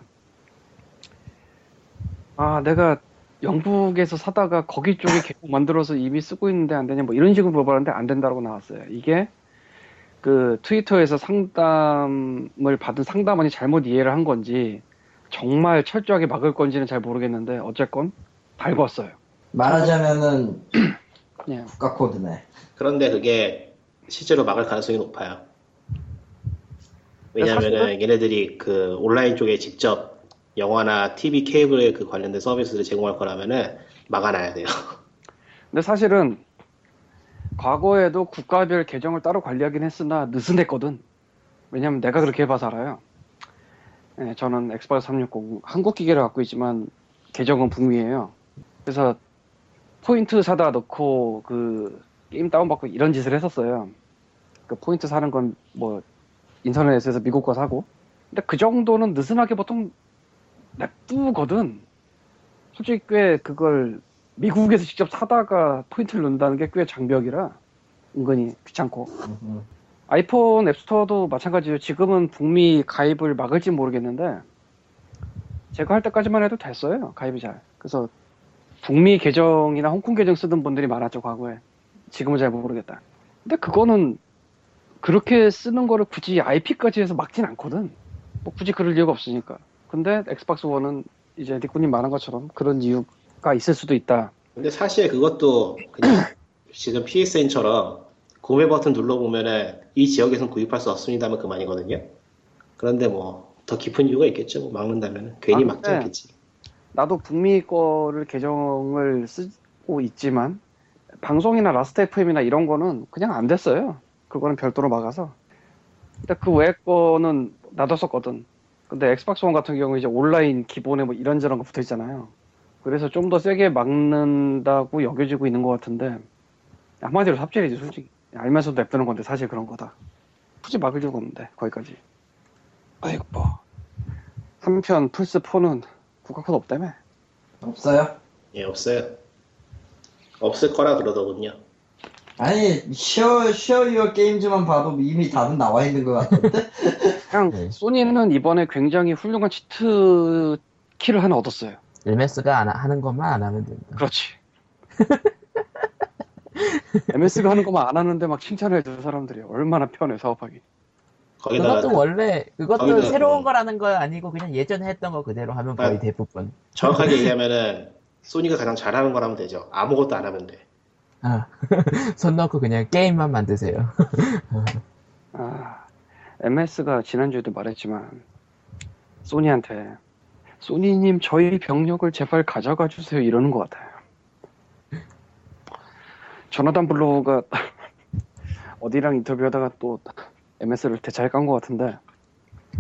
아 내가 영국에서 사다가 거기 쪽에 계속 만들어서 이미 쓰고 있는데 안 되냐 뭐 이런 식으로 물어봤는데 안 된다고 나왔어요 이게 그 트위터에서 상담을 받은 상담원이 잘못 이해를 한 건지 정말 철저하게 막을 건지는 잘 모르겠는데 어쨌건 달궜어요
말하자면은
예.
국가 코드네.
그런데 그게 실제로 막을 가능성이 높아요 왜냐면은
사실은-
얘네들이 그 온라인 쪽에 직접 영화나 TV 케이블에 그 관련된 서비스를 제공할 거라면은 막아놔야 돼요
근데 사실은 과거에도 국가별 계정을 따로 관리하긴 했으나 느슨했거든. 왜냐면 내가 그렇게 해봐서 알아요. 예, 저는 엑스박스 360 한국 기계를 갖고 있지만 계정은 북미예요. 그래서 포인트 사다 넣고 그 게임 다운받고 이런 짓을 했었어요. 그 포인트 사는 건 뭐 인터넷에서 미국 거 사고. 근데 그 정도는 느슨하게 보통 냅두거든. 솔직히 꽤 그걸 미국에서 직접 사다가 포인트를 넣는다는 게 꽤 장벽이라 은근히 귀찮고.
음,
아이폰 앱스토어도 마찬가지죠. 지금은 북미 가입을 막을지 모르겠는데 제가 할 때까지만 해도 됐어요. 가입이 잘. 그래서 북미 계정이나 홍콩 계정 쓰던 분들이 많았죠 과거에. 지금은 잘 모르겠다. 근데 그거는 그렇게 쓰는 거를 굳이 IP까지 해서 막진 않거든. 뭐 굳이 그럴 이유가 없으니까. 근데 엑스박스 원은 이제 니꾸님 말한 것처럼 그런 이유가 있을 수도 있다.
근데 사실 그것도 그냥 지금 PSN처럼 구매 버튼 눌러보면은 이 지역에선 구입할 수 없습니다면 그만이거든요. 그런데 뭐 더 깊은 이유가 있겠죠. 뭐 막는다면 괜히
아,
막지
네.
않겠지.
나도 북미 거를 계정을 쓰고 있지만 방송이나 라스트 FM이나 이런 거는 그냥 안 됐어요. 그거는 별도로 막아서. 근데 그 외의 거는 놔뒀었거든. 근데 엑스박스 원 같은 경우 이제 온라인 기본에 뭐 이런저런 거 붙어 있잖아요. 그래서 좀 더 세게 막는다고 여겨지고 있는 것 같은데 한마디로 삽질이지 솔직히 알면서도 냅두는 건데 사실 그런 거다. 굳이 막을 이유가 없는데 거기까지. 아이고 뭐. 한편 플스 4는 국가 코드 없다며?
없어요?
예, 없어요. 없을 거라 그러더군요.
아니 쉬어 쉬어 유어 게임즈만 봐도 이미 답은 나와 있는 것 같은데
그냥
네.
소니는 이번에 굉장히 훌륭한 치트 키를 하나 얻었어요.
일메스가 안 하- 하는 것만 안 하면 된다.
그렇지. MS가 하는 것만 안 하는데 막 칭찬해 줄 사람들이 얼마나 편해 사업하기.
거기다가
그것도 원래 그것도
거기다가
새로운
그-
거라는 건 아니고 그냥 예전에 했던 거 그대로 하면 거의
아.
대부분.
정확하게 얘기하면은 소니가 가장 잘하는 거라면 되죠. 아무것도 안 하면 돼.
아, 손 넣고 그냥 게임만 만드세요.
아, MS가 지난주에도 말했지만 소니한테 소니님 저희 병력을 제발 가져가 주세요 이러는 것 같아요. 조나단 블로우가 어디랑 인터뷰하다가 또 MS를 대차에 깐 것 같은데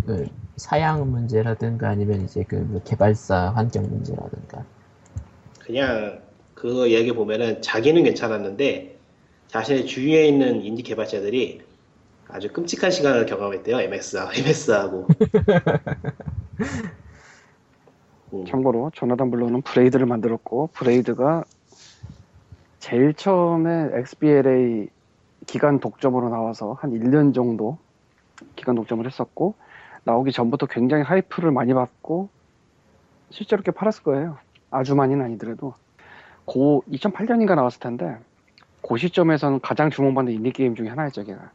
그 사양 문제라든가 아니면 이제 그뭐 개발사 환경 문제라든가.
그냥 그 얘기 보면은 자기는 괜찮았는데 자신의 주위에 있는 인디 개발자들이 아주 끔찍한 시간을 경험했대요. MS하고 MS하고. 음.
참고로 조나단 블루는 브레이드를 만들었고 브레이드가 제일 처음에 XBLA 기간 독점으로 나와서 한 1년 정도 기간 독점을 했었고 나오기 전부터 굉장히 하이프를 많이 받고 실제로 꽤 팔았을 거예요. 아주 많이는 아니더라도 고 2008년인가 나왔을 텐데 그 시점에서는 가장 주목받는 인디 게임 중에 하나였죠, 걔가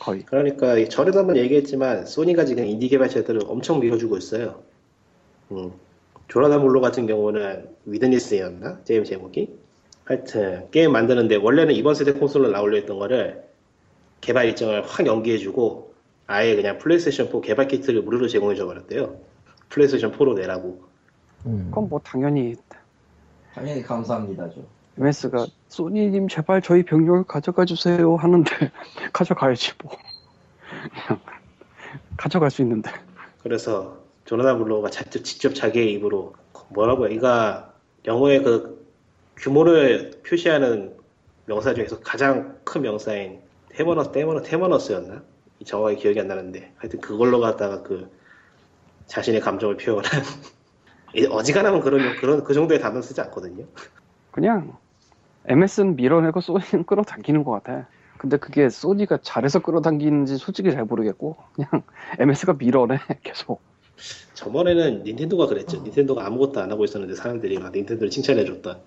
거의.
그러니까 이 전에도 한번 얘기했지만 소니가 지금 인디 개발자들을 엄청 밀어주고 있어요. 음. 조나단 블로 같은 경우는 위드니스였나? 게임 제목이? 하여튼 게임 만드는데 원래는 이번 세대 콘솔로 나오려 했던 거를 개발 일정을 확 연기해주고 아예 그냥 플레이스테이션 4 개발 키트를 무료로 제공해줘 버렸대요. 플레이스테이션 4로 내라고.
음.
그건 뭐 당연히
당연히 감사합니다죠.
MS가 소니님 제발 저희 병력을 가져가 주세요 하는데 가져가야지 뭐 그냥 가져갈 수 있는데
그래서 조나단 블로가 직접, 직접 자기의 입으로 뭐라고 해? 이가 영어의 그 규모를 표시하는 명사 중에서 가장 큰 명사인 테머너스, 테머너, 테머너스였나? 정확하게 기억이 안 나는데 하여튼 그걸로 갖다가 그 자신의 감정을 표현한 이 어지간하면 그런 그런 그 정도의 단어 쓰지 않거든요.
그냥 MS는 밀어내고 소니는 끌어당기는 것 같아 근데 그게 소니가 잘해서 끌어당기는지 솔직히 잘 모르겠고 그냥 MS가 밀어내 계속
저번에는 닌텐도가 그랬죠. 닌텐도가 아무것도 안 하고 있었는데 사람들이 막 닌텐도를 칭찬해줬다.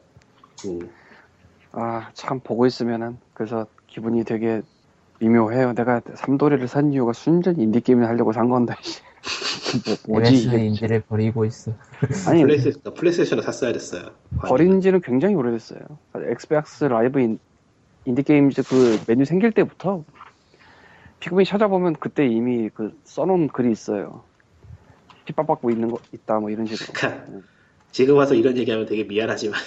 음.
아 참 보고 있으면은 그래서 기분이 되게 미묘해요 내가 삼도리를 산 이유가 순전히 인디게임을 하려고 산 건데 씨. 뭐, 뭐지
MS는
이게
인디를 버리고 있어.
아니
플레이스, 플레이스테이션을 샀어야 됐어요.
버린 지는 굉장히 오래됐어요. 사실 엑스박스 라이브 인, 인디게임즈 그 메뉴 생길 때부터 피그민 찾아보면 그때 이미 그 써놓은 글이 있어요. 핍박받고 있는 거 있다 뭐 이런 식으로.
그러니까 지금 와서 이런 얘기하면 되게 미안하지만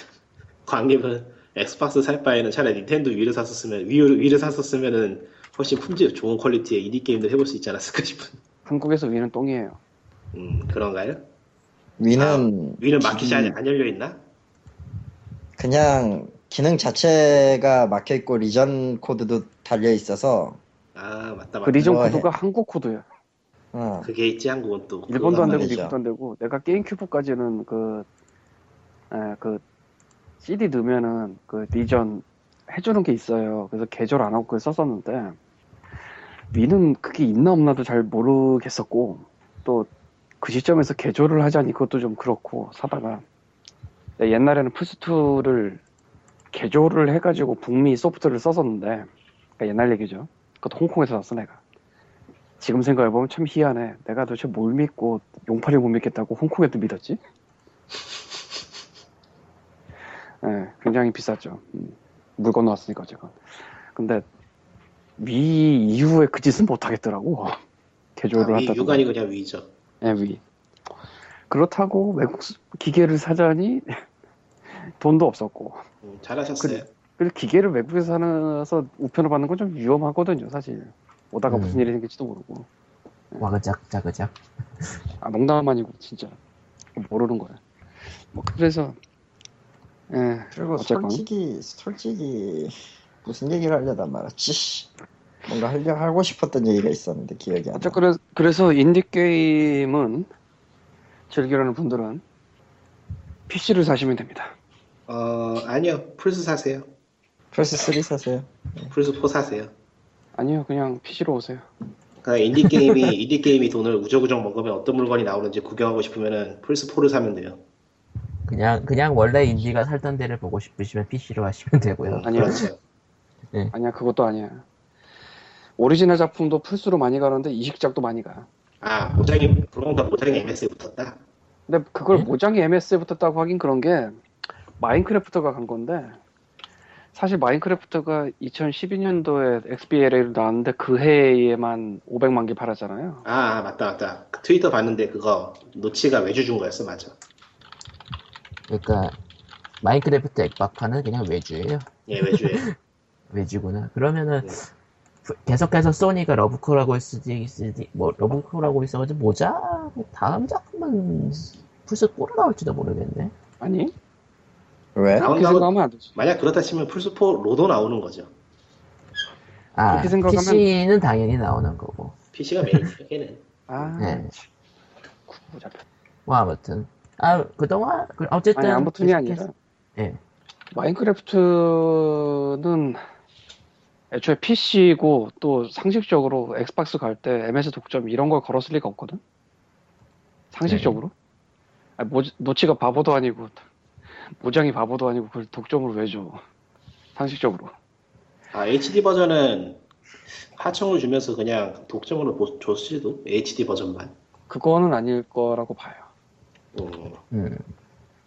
광님은 엑스박스 살 바에는 차라리 닌텐도 위를 샀었으면 위를, 위를 샀었으면은 훨씬 품질 좋은 퀄리티의 인디 게임들 해볼 수 있지 않았을까 싶은
한국에서 위는 똥이에요.
음 그런가요?
위는
위는
기기-
마켓이 안, 안 열려 있나?
그냥 기능 자체가 막혀 있고 리전 코드도 달려 있어서
아 맞다
그
맞다
리전
그거 해.
코드가 한국 코드예요.
어,
그게 있지 한국은 또
일본도 안 되고
말이죠.
미국도 안 되고 내가 게임 큐브까지는 그, 에, 그 CD 넣으면은 그 리전 해주는 게 있어요. 그래서 개조를 안 하고 그걸 썼었는데 위는 그게 있나 없나도 잘 모르겠었고 또 그 시점에서 개조를 하자니 그것도 좀 그렇고 사다가 근데 옛날에는 플스2를 개조를 해가지고 북미 소프트를 썼었는데 그러니까 옛날 얘기죠. 그것도 홍콩에서 났어 내가. 지금 생각해보면 참 희한해. 내가 도대체 뭘 믿고 용팔이 못 믿겠다고 홍콩에도 믿었지? 예, 굉장히 비쌌죠. 음, 물 건너왔으니까 제가. 근데 위 이후에 그 짓은 못 하겠더라고. 개조를
아, 위,
한다든가.
유관이 그냥 위죠
예, 위. 그렇다고 외국 수- 기계를 사자니 돈도 없었고.
음, 잘하셨어요
그리고 기계를 외국에서 사서 우편을 받는 건 좀 위험하거든요, 사실. 오다가
음.
무슨 일이 생길지도 모르고.
와그작 자그작
아 농담 아니고 진짜 모르는 거야. 뭐 그래서 예
그리고
어쨌건.
솔직히 솔직히 무슨 얘기를 하려단 말았지 뭔가 하려 하고 싶었던 얘기가 있었는데 기억이 안 나.
어쨌거나 그래서 인디 게임은 즐기려는 분들은 PC를 사시면 됩니다.
어 아니요 플스 사세요
플스 3 사세요.
플스 4 사세요
아니요 그냥 PC로 오세요.
그러니까 인디 게임이 인디 게임이 돈을 우적우적 먹으면 어떤 물건이 나오는지 구경하고 싶으면은 플스 4를 사면 돼요
그냥 그냥 원래 인디가 살던 데를 보고 싶으시면 PC로 하시면 되고요.
아니요.
그렇죠
아니야 그것도 아니야. 오리지널 작품도 플스로 많이 가는데 이식작도 많이 가.
아 모장이 브론가 모장이 MS에 붙었다
근데 그걸
예?
모장이 MS에 붙었다고 하긴 그런 게 마인크래프트가 간 건데 사실 마인크래프트가 2012년도에 XBLA로 나왔는데 그 해에만 500만 개 팔았잖아요.
아, 아, 맞다 맞다 그 트위터 봤는데 그거 노치가 외주 준 거였어 맞아
그러니까 마인크래프트 액박판은 그냥 외주예요.
예 외주에
외주구나. 그러면은
네.
부- 계속해서 소니가 러브콜하고 있으지 있으지 뭐 러브콜하고 있어가지고 모자 뭐 다음 작품은 플스 4로 나올지도 모르겠네.
아니
왜?
나온
그렇게
나온-
생각하면 안 되지.
만약 그렇다 치면 플스 4 로도 나오는 거죠
아
그렇게 생각하면-
PC는 당연히 나오는 거고.
PC가 메인이죠 걔는
아,
네.
참. 구구 잡혀.
뭐 아무튼 아 그동안 그 어쨌든
아니 아무튼이
계속해서-
아니라
예.
마인크래프트는 애초에 PC고 또 상식적으로 엑스박스 갈 때 MS 독점 이런 걸 걸었을 리가 없거든. 상식적으로. 아, 모, 노치가 바보도 아니고 모장이 바보도 아니고 그걸 독점으로 왜 줘? 상식적으로.
아 HD 버전은 하청을 주면서 그냥 독점으로 보- 줬을지도 HD 버전만
그거는 아닐 거라고 봐요.
음,
음.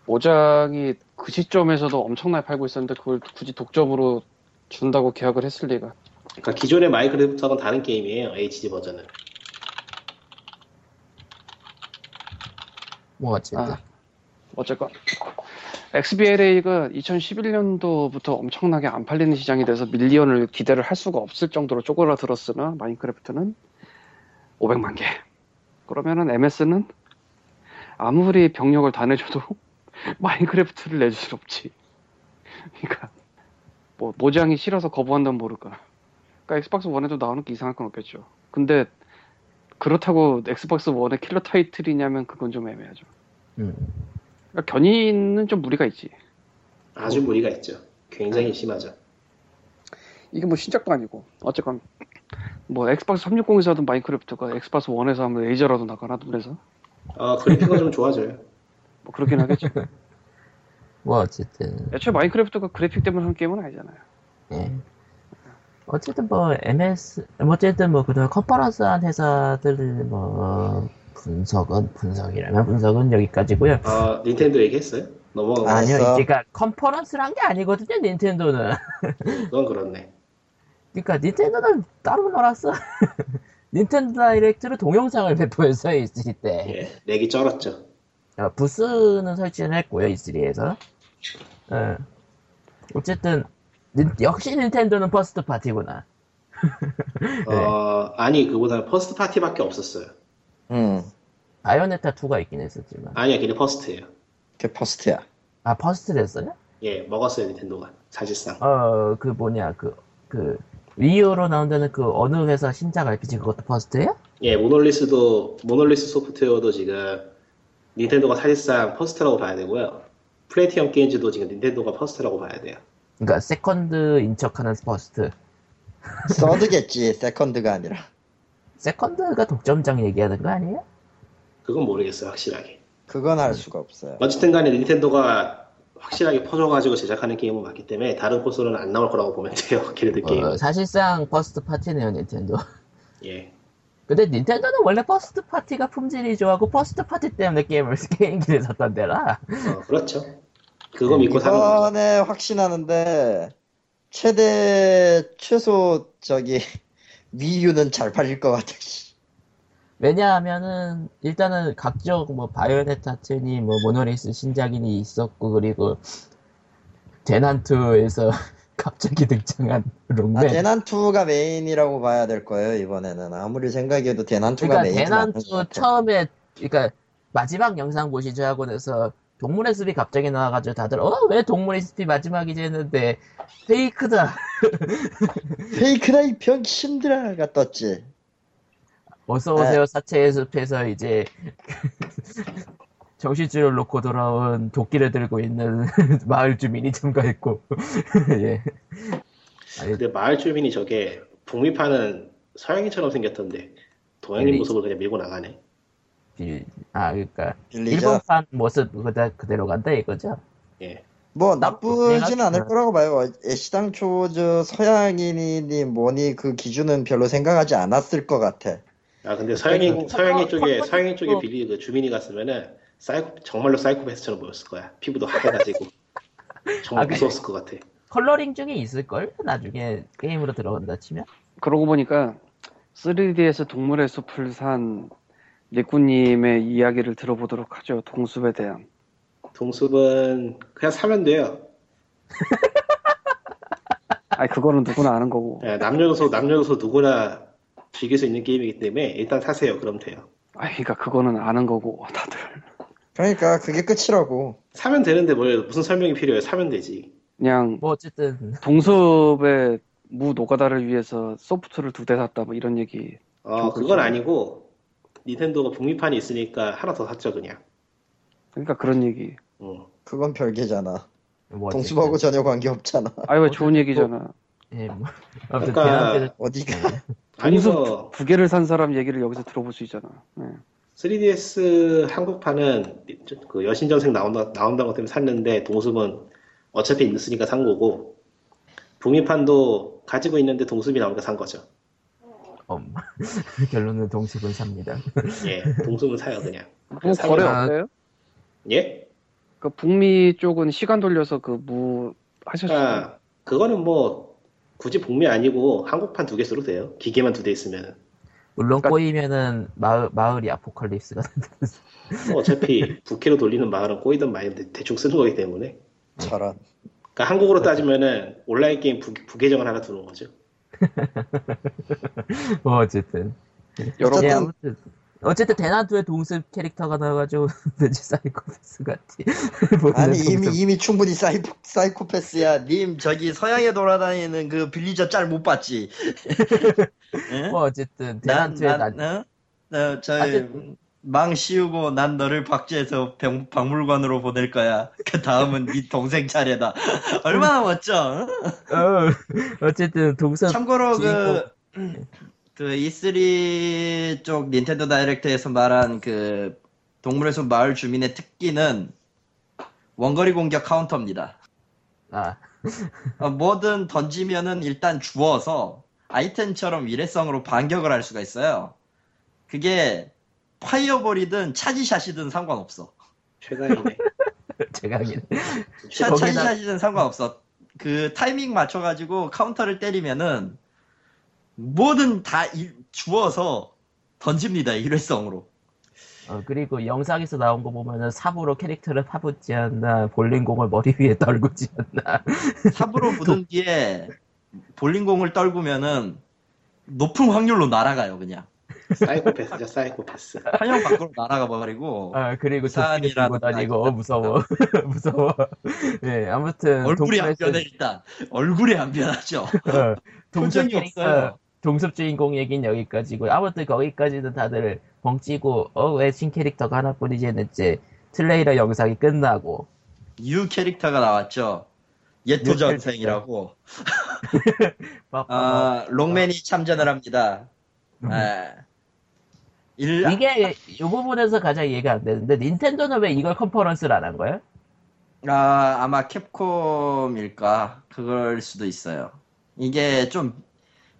모장이 그 시점에서도 엄청나게 팔고 있었는데 그걸 굳이 독점으로 준다고 계약을 했을 리가.
그러니까 기존의 마인크래프트하고는 다른 게임이에요 HD 버전은
뭐 어쨌든
아, 어쨌건 XBLA가 2011년도부터 엄청나게 안 팔리는 시장이 돼서 밀리언을 기대를 할 수가 없을 정도로 쪼그라들었으나 마인크래프트는 500만 개. 그러면은 MS는 아무리 병력을 다 내줘도 마인크래프트를 내줄 수 없지. 그러니까 뭐 모장이 싫어서 거부한다면 모를까. 그러니까 엑스박스 1에도 나오는 게 이상할 건 없겠죠. 근데 그렇다고 엑스박스 1의 킬러 타이틀이냐면 그건 좀 애매하죠.
음.
그러니까 견인은 좀 무리가 있지.
아주
어.
무리가 있죠
아.
굉장히 심하죠
이게 뭐 신작도 아니고 어쨌건 뭐 엑스박스 360에서 하던 마인크래프트가 엑스박스 1에서 하면 레이저라도 나가나 눈에서
어 그래픽은 좀 좋아져요
뭐 그렇긴 하겠죠.
뭐 어쨌든
애초에 마인크래프트가 그래픽 때문에 하는 게임은 아니잖아요.
예. 어쨌든 뭐 MS 어쨌든 뭐 그동안 컨퍼런스한 회사들 뭐 분석은 분석이라면 분석은 여기까지고요.
어 닌텐도 얘기했어요? 넘어간 거
아,
아니요,
알았어.
그러니까 컨퍼런스를 한 게 아니거든요 닌텐도는.
그건 그렇네
그러니까 닌텐도는 따로 놀았어. 닌텐도 다이렉트로 동영상을 배포해서 E3 때
예 내기 쩔었죠
아, 어, 부스는 설치는 했고요 E3에서. 어쨌든 닌- 역시 닌텐도는 퍼스트 파티구나.
어, 아니 그보다 퍼스트 파티밖에 없었어요. 그
음,
바이오네타 2가 있긴 했었지만.
아니야, 걔는 퍼스트예요.
그게 퍼스트야.
아 퍼스트 됐어요?
예, 먹었어요 닌텐도가 사실상.
어 그 뭐냐 그 그 위유로 나온다는 그 어느 회사 신작 RPG 그것도 퍼스트예요?
예, 모놀리스도 모놀리스 소프트웨어도 지금 닌텐도가 사실상 퍼스트라고 봐야 되고요. 플래티엄 게임즈도 지금 닌텐도가 퍼스트라고 봐야 돼요.
그러니까 세컨드인 척하는 퍼스트.
서드겠지, 세컨드가 아니라.
세컨드가 독점장 얘기하는 거 아니에요?
그건 모르겠어요, 확실하게.
그건 알 수가 없어요.
어쨌든 간에 닌텐도가 확실하게 퍼져가지고 제작하는 게임은 많기 때문에 다른 콘솔은 안 나올 거라고 보면 돼요, 걔네들 게임.
어, 사실상 퍼스트 파티네요 닌텐도.
예.
근데 닌텐도는 원래 퍼스트 파티가 품질이 좋아하고 퍼스트 파티 때문에 게임을 게임기를 샀던 데라.
어, 그렇죠. 그거
네,
믿고 사는 거죠.
이번에 확신하는데 최대 최소 저기 위유는 잘 팔릴 것 같아. 씨.
왜냐하면은 일단은 각종 뭐 바이오네타 2니 뭐 모노리스 신작이니 있었고 그리고 대난투에서 갑자기 등장한
아,
롱맨
대난 2가 메인이라고 봐야 될 거예요 이번에는 아무리 생각해도 대난 2가
그러니까
메인이 맞는 것
대난투
같아.
처음에 그러니까 마지막 영상 보시죠 하고 나서 동물의 숲이 갑자기 나와가지고 다들 어 왜 동물의 숲이 마지막이지 했는데 페이크다
페이크다 이 병신들아가 떴지.
어서
네.
오세요 사체의 숲에서 이제 정신줄을 놓고 돌아온 도끼를 들고 있는 마을 주민이 참가했고 예. 아니,
근데 마을 주민이 저게 북미판은 서양인처럼 생겼던데 동양인
네.
모습을 그냥 밀고 나가네.
빌- 아 그러니까
빌리죠.
일본판 모습 그다- 그대로 간다 이거죠
예.
뭐 나쁘진
내가-
않을 거라고 봐요. 애시당초 저 서양인이니 뭐니 그 기준은 별로 생각하지 않았을 것 같아.
아 근데 서양인
그러니까
서양인
첫
쪽에
번째
서양인 쪽에
거.
빌리 그 주민이 갔으면은 사이코 정말로 사이코패스처럼 보였을 거야. 피부도 하얘가지고 정말
아, 그-
무서웠을 것 같아.
컬러링 중에 있을걸 나중에 게임으로 들어간다 치면
그러고 보니까 3DS 동물의 숲을 산 니꾸님의 이야기를 들어보도록 하죠. 동숲에 대한.
동숲은 그냥 사면 돼요.
아, 그거는 누구나 아는 거고.
예, 남녀노소 남녀노소 누구나 즐길 수 있는 게임이기 때문에 일단 사세요. 그럼 돼요.
아, 그러니까 그거는 아는 거고 다들.
그러니까 그게 끝이라고.
사면 되는데 뭘 무슨 설명이 필요해? 사면 되지.
그냥
뭐 어쨌든
동숲의 무 노가다를 위해서 소프트를 두 대 샀다 뭐 이런 얘기.
아,
어
그렇죠.
그건 아니고 닌텐도가 북미판이 있으니까 하나 더 샀죠 그냥.
그러니까 그런 얘기.
음.
그건 별개잖아.
뭐 어쨌든.
동수하고 전혀 관계 없잖아.
아유, 왜 좋은 얘기잖아.
예, 뭐. 아무튼
아까-
대낮에는 음.
어디가
아니
동숲
뭐
두 개를 산 사람 얘기를 여기서 들어볼 수 있잖아. 네.
3DS 한국판은 그 여신전생 나온다, 나온다고 때문에 샀는데 동숲은 어차피 있으니까 산 거고 북미판도 가지고 있는데 동숲이 나오니까 산 거죠.
엄. 결론은 동숲은 삽니다.
예, 동숲은 사요 그냥.
뭐
사면-
거래
아,
어때요?
예?
그 북미 쪽은 시간 돌려서 그 무 하셨죠.
그러니까 그거는 뭐 굳이 북미 아니고 한국판 두 개 써도 돼요. 기계만 두 대 있으면
물론
그러니까-
꼬이면은 마을, 마을이 아포칼립스가 된다.
뭐 어차피 부캐로 돌리는 마을은 꼬이든 말든 대충 쓰는 거기 때문에.
저런.
그러니까 한국으로 따지면은 온라인 게임 부, 부계정을 하나 두는 거죠.
뭐 어쨌든.
어쨌든-
예, 아무튼. 어쨌든 대난투의 동숲 캐릭터가 나와가지고 왠지 사이코패스 같이 보이는
아니 이미
동숲.
이미 충분히 사이, 사이코패스야. 님 저기 서양에 돌아다니는 그 빌리저 짤 못 봤지? 응?
뭐 어쨌든
난,
대난투의
난,
난-
어? 어, 저희
어쨌든.
망 씌우고 난 너를 박제해서 병- 박물관으로 보낼 거야. 그 다음은 네 동생 차례다. 얼마나 멋져? 응?
어, 어쨌든 동숲
참고로
주인공.
그, 그 E3 쪽 닌텐도 다이렉트에서 말한 그 동물의 숲 마을 주민의 특기는 원거리 공격 카운터입니다.
아
어, 뭐든 던지면은 일단 주워서 아이템처럼 일회성으로 반격을 할 수가 있어요. 그게 파이어볼이든 차지샷이든 상관없어.
최강이네.
제가 하긴
차,
거기다-
차지샷이든 상관없어. 그 타이밍 맞춰가지고 카운터를 때리면은 뭐든 다 일- 주워서 던집니다. 일회성으로.
어, 그리고 영상에서 나온 거 보면은 삽으로 캐릭터를 파묻지 않나, 볼링공을 머리 위에 떨구지 않나.
탑으로
그
묻은 뒤에 볼링공을 떨구면은 높은 확률로 날아가요 그냥
사이코패스죠 사이코패스
환영 밖으로 날아가 버리고
아, 그리고
부산이라는
도끼를 들고 다니고,
아이가
무서워. 무서워. 예, 아무튼.
얼굴이 안
동물에서-
변해 일단 얼굴이 안 변하죠
어, 동숲
표정이 없어요.
캐릭터, 동숲 주인공 얘기는 여기까지고 아무튼 거기까지는 다들 벙찌고 어 왜 신 캐릭터가 하나뿐이지 했는지 트레일러 영상이 끝나고
유 캐릭터가 나왔죠
뉴
예토전생이라고
빠빠바.
아 롱맨이 참전을 합니다 예. 일,
이게 이 부분에서 가장 이해가 안 되는데 닌텐도는 왜 이걸 컨퍼런스를 안 한 거예요?
아, 아마 캡콤일까? 그럴 수도 있어요. 이게 좀,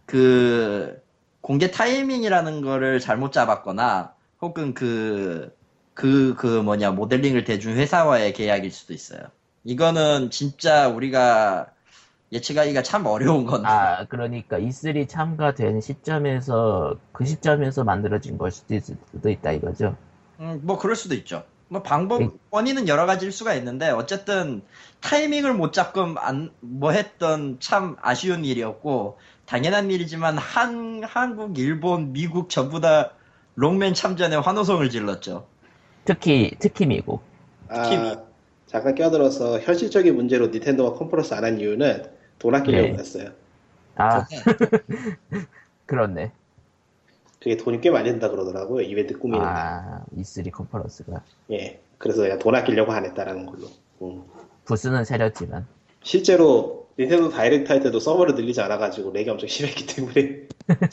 그, 공개 타이밍이라는 거를 잘못 잡았거나, 혹은 그, 그, 그 뭐냐, 모델링을 대준 회사와의 계약일 수도 있어요. 이거는 진짜 우리가 예측하기가 참 어려운 건데.
아 그러니까 E3 참가된 시점에서 그 시점에서 만들어진 걸 수도 있을 수도 있다 이거죠.
음, 뭐 그럴 수도 있죠. 뭐 방법
네.
원인은 여러 가지일 수가 있는데 어쨌든 타이밍을 못 잡금 안 뭐 했던 참 아쉬운 일이었고 당연한 일이지만 한 한국, 일본, 미국 전부 다 롱맨 참전에 환호성을 질렀죠.
특히 특히 미국.
아,
팀이.
잠깐 껴들어서 현실적인 문제로 닌텐도가 컨퍼런스 안 한 이유는 돈 아끼려고
네.
했어요
아 그렇네.
그게 돈이 꽤 많이 든다 그러더라고요 이벤트 꾸미는데
아 E3 컨퍼런스가
예 그래서 그냥 돈 아끼려고 안 했다라는 걸로 음.
부스는 세렸지만. 일단
실제로 닌텐도 다이렉트 할 때도 서버를 늘리지 않아가지고 렉이 엄청 심했기 때문에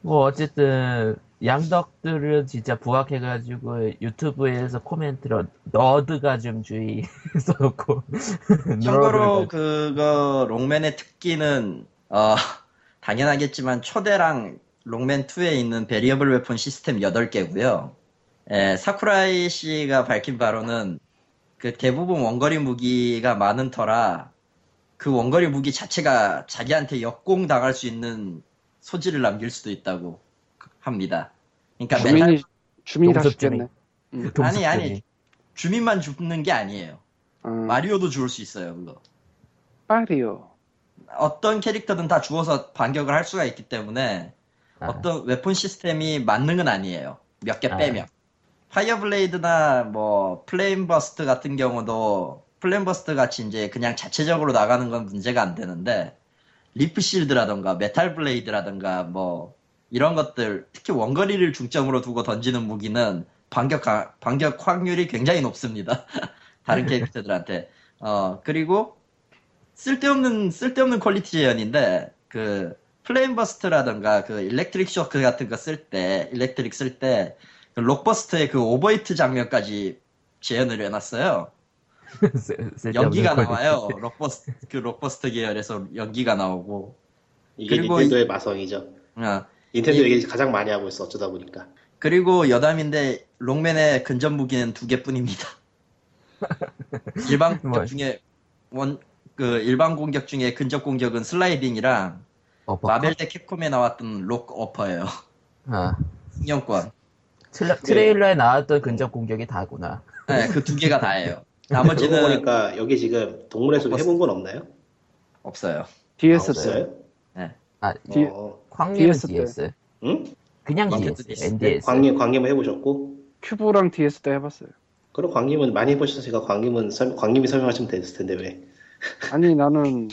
뭐 어쨌든 양덕들은 진짜 부각해가지고 유튜브에서 코멘트로 너드가 좀 주의 써놓고
참고로
너드가-
그거 롱맨의 특기는 어, 당연하겠지만 초대랑 롱맨 2에 있는 베리어블 웨폰 시스템 8개고요. 예, 사쿠라이 씨가 밝힌 바로는 그 대부분 원거리 무기가 많은 터라 그 원거리 무기 자체가 자기한테 역공 당할 수 있는 소지를 남길 수도 있다고 합니다. 그러니까 맨날
주민이 주민이 다
용접
죽겠네.
동습들이.
그 아니, 아니. 주민만 죽는 게 아니에요.
음,
마리오도 죽을 수 있어요, 그거.
파리오.
어떤 캐릭터든 다 주워서 반격을 할 수가 있기 때문에
아,
어떤 웨폰 시스템이 만능은 아니에요. 몇 개
아.
빼면. 파이어블레이드나 뭐 플레임버스트 같은 경우도 플레임버스트 같이 이제 그냥 자체적으로 나가는 건 문제가 안 되는데 리프실드라던가 메탈블레이드라던가 뭐 이런 것들 특히 원거리를 중점으로 두고 던지는 무기는 반격 가- 반격 확률이 굉장히 높습니다. 다른 캐릭터들한테. 어 그리고 쓸데없는 쓸데없는 퀄리티 재현인데 그 플레임버스트라던가 그 일렉트릭 쇼크 같은 거 쓸 때 일렉트릭 쓸 때 록버스트의 그 오버히트 장면까지 재현을 해놨어요.
쓸- 쓸데없는
네, 연기가
걸-
나와요. 록버스트 그 록버스트 계열에서 연기가 나오고
이게
그리고
닌텐도의 마성이죠
어,
닌텐도
이-
얘기 가장 많이 하고 있어 어쩌다 보니까
그리고 여담인데 롱맨의 근접 무기는 두 개뿐입니다. 일반 공격
뭐야.
중에 원 그 일반 공격 중에 근접 공격은 슬라이딩이랑
어, 뭐-
마벨 대 캡콤에 나왔던 록 어퍼예요.
아,
승용권.
트레, 트레일러에 나왔던 근접 공격이 다구나.
네, 그 두 개가 다예요.
그러고
나머지는
보니까 여기 지금 동물의 숲 해본 건 없나요?
없어요.
DS
네.
때.
없어요?
아,
뒤-
어.
광림은
DS 때.
DS.
응?
그냥
광림도
DS,
DS.
NDS.
광림, 광림을 해보셨고
큐브랑 DS 때 해봤어요.
그럼 광림은 많이 해보셨으니까 광림은 설- 광림이 설명하시면 됐을 텐데 왜
아니 나는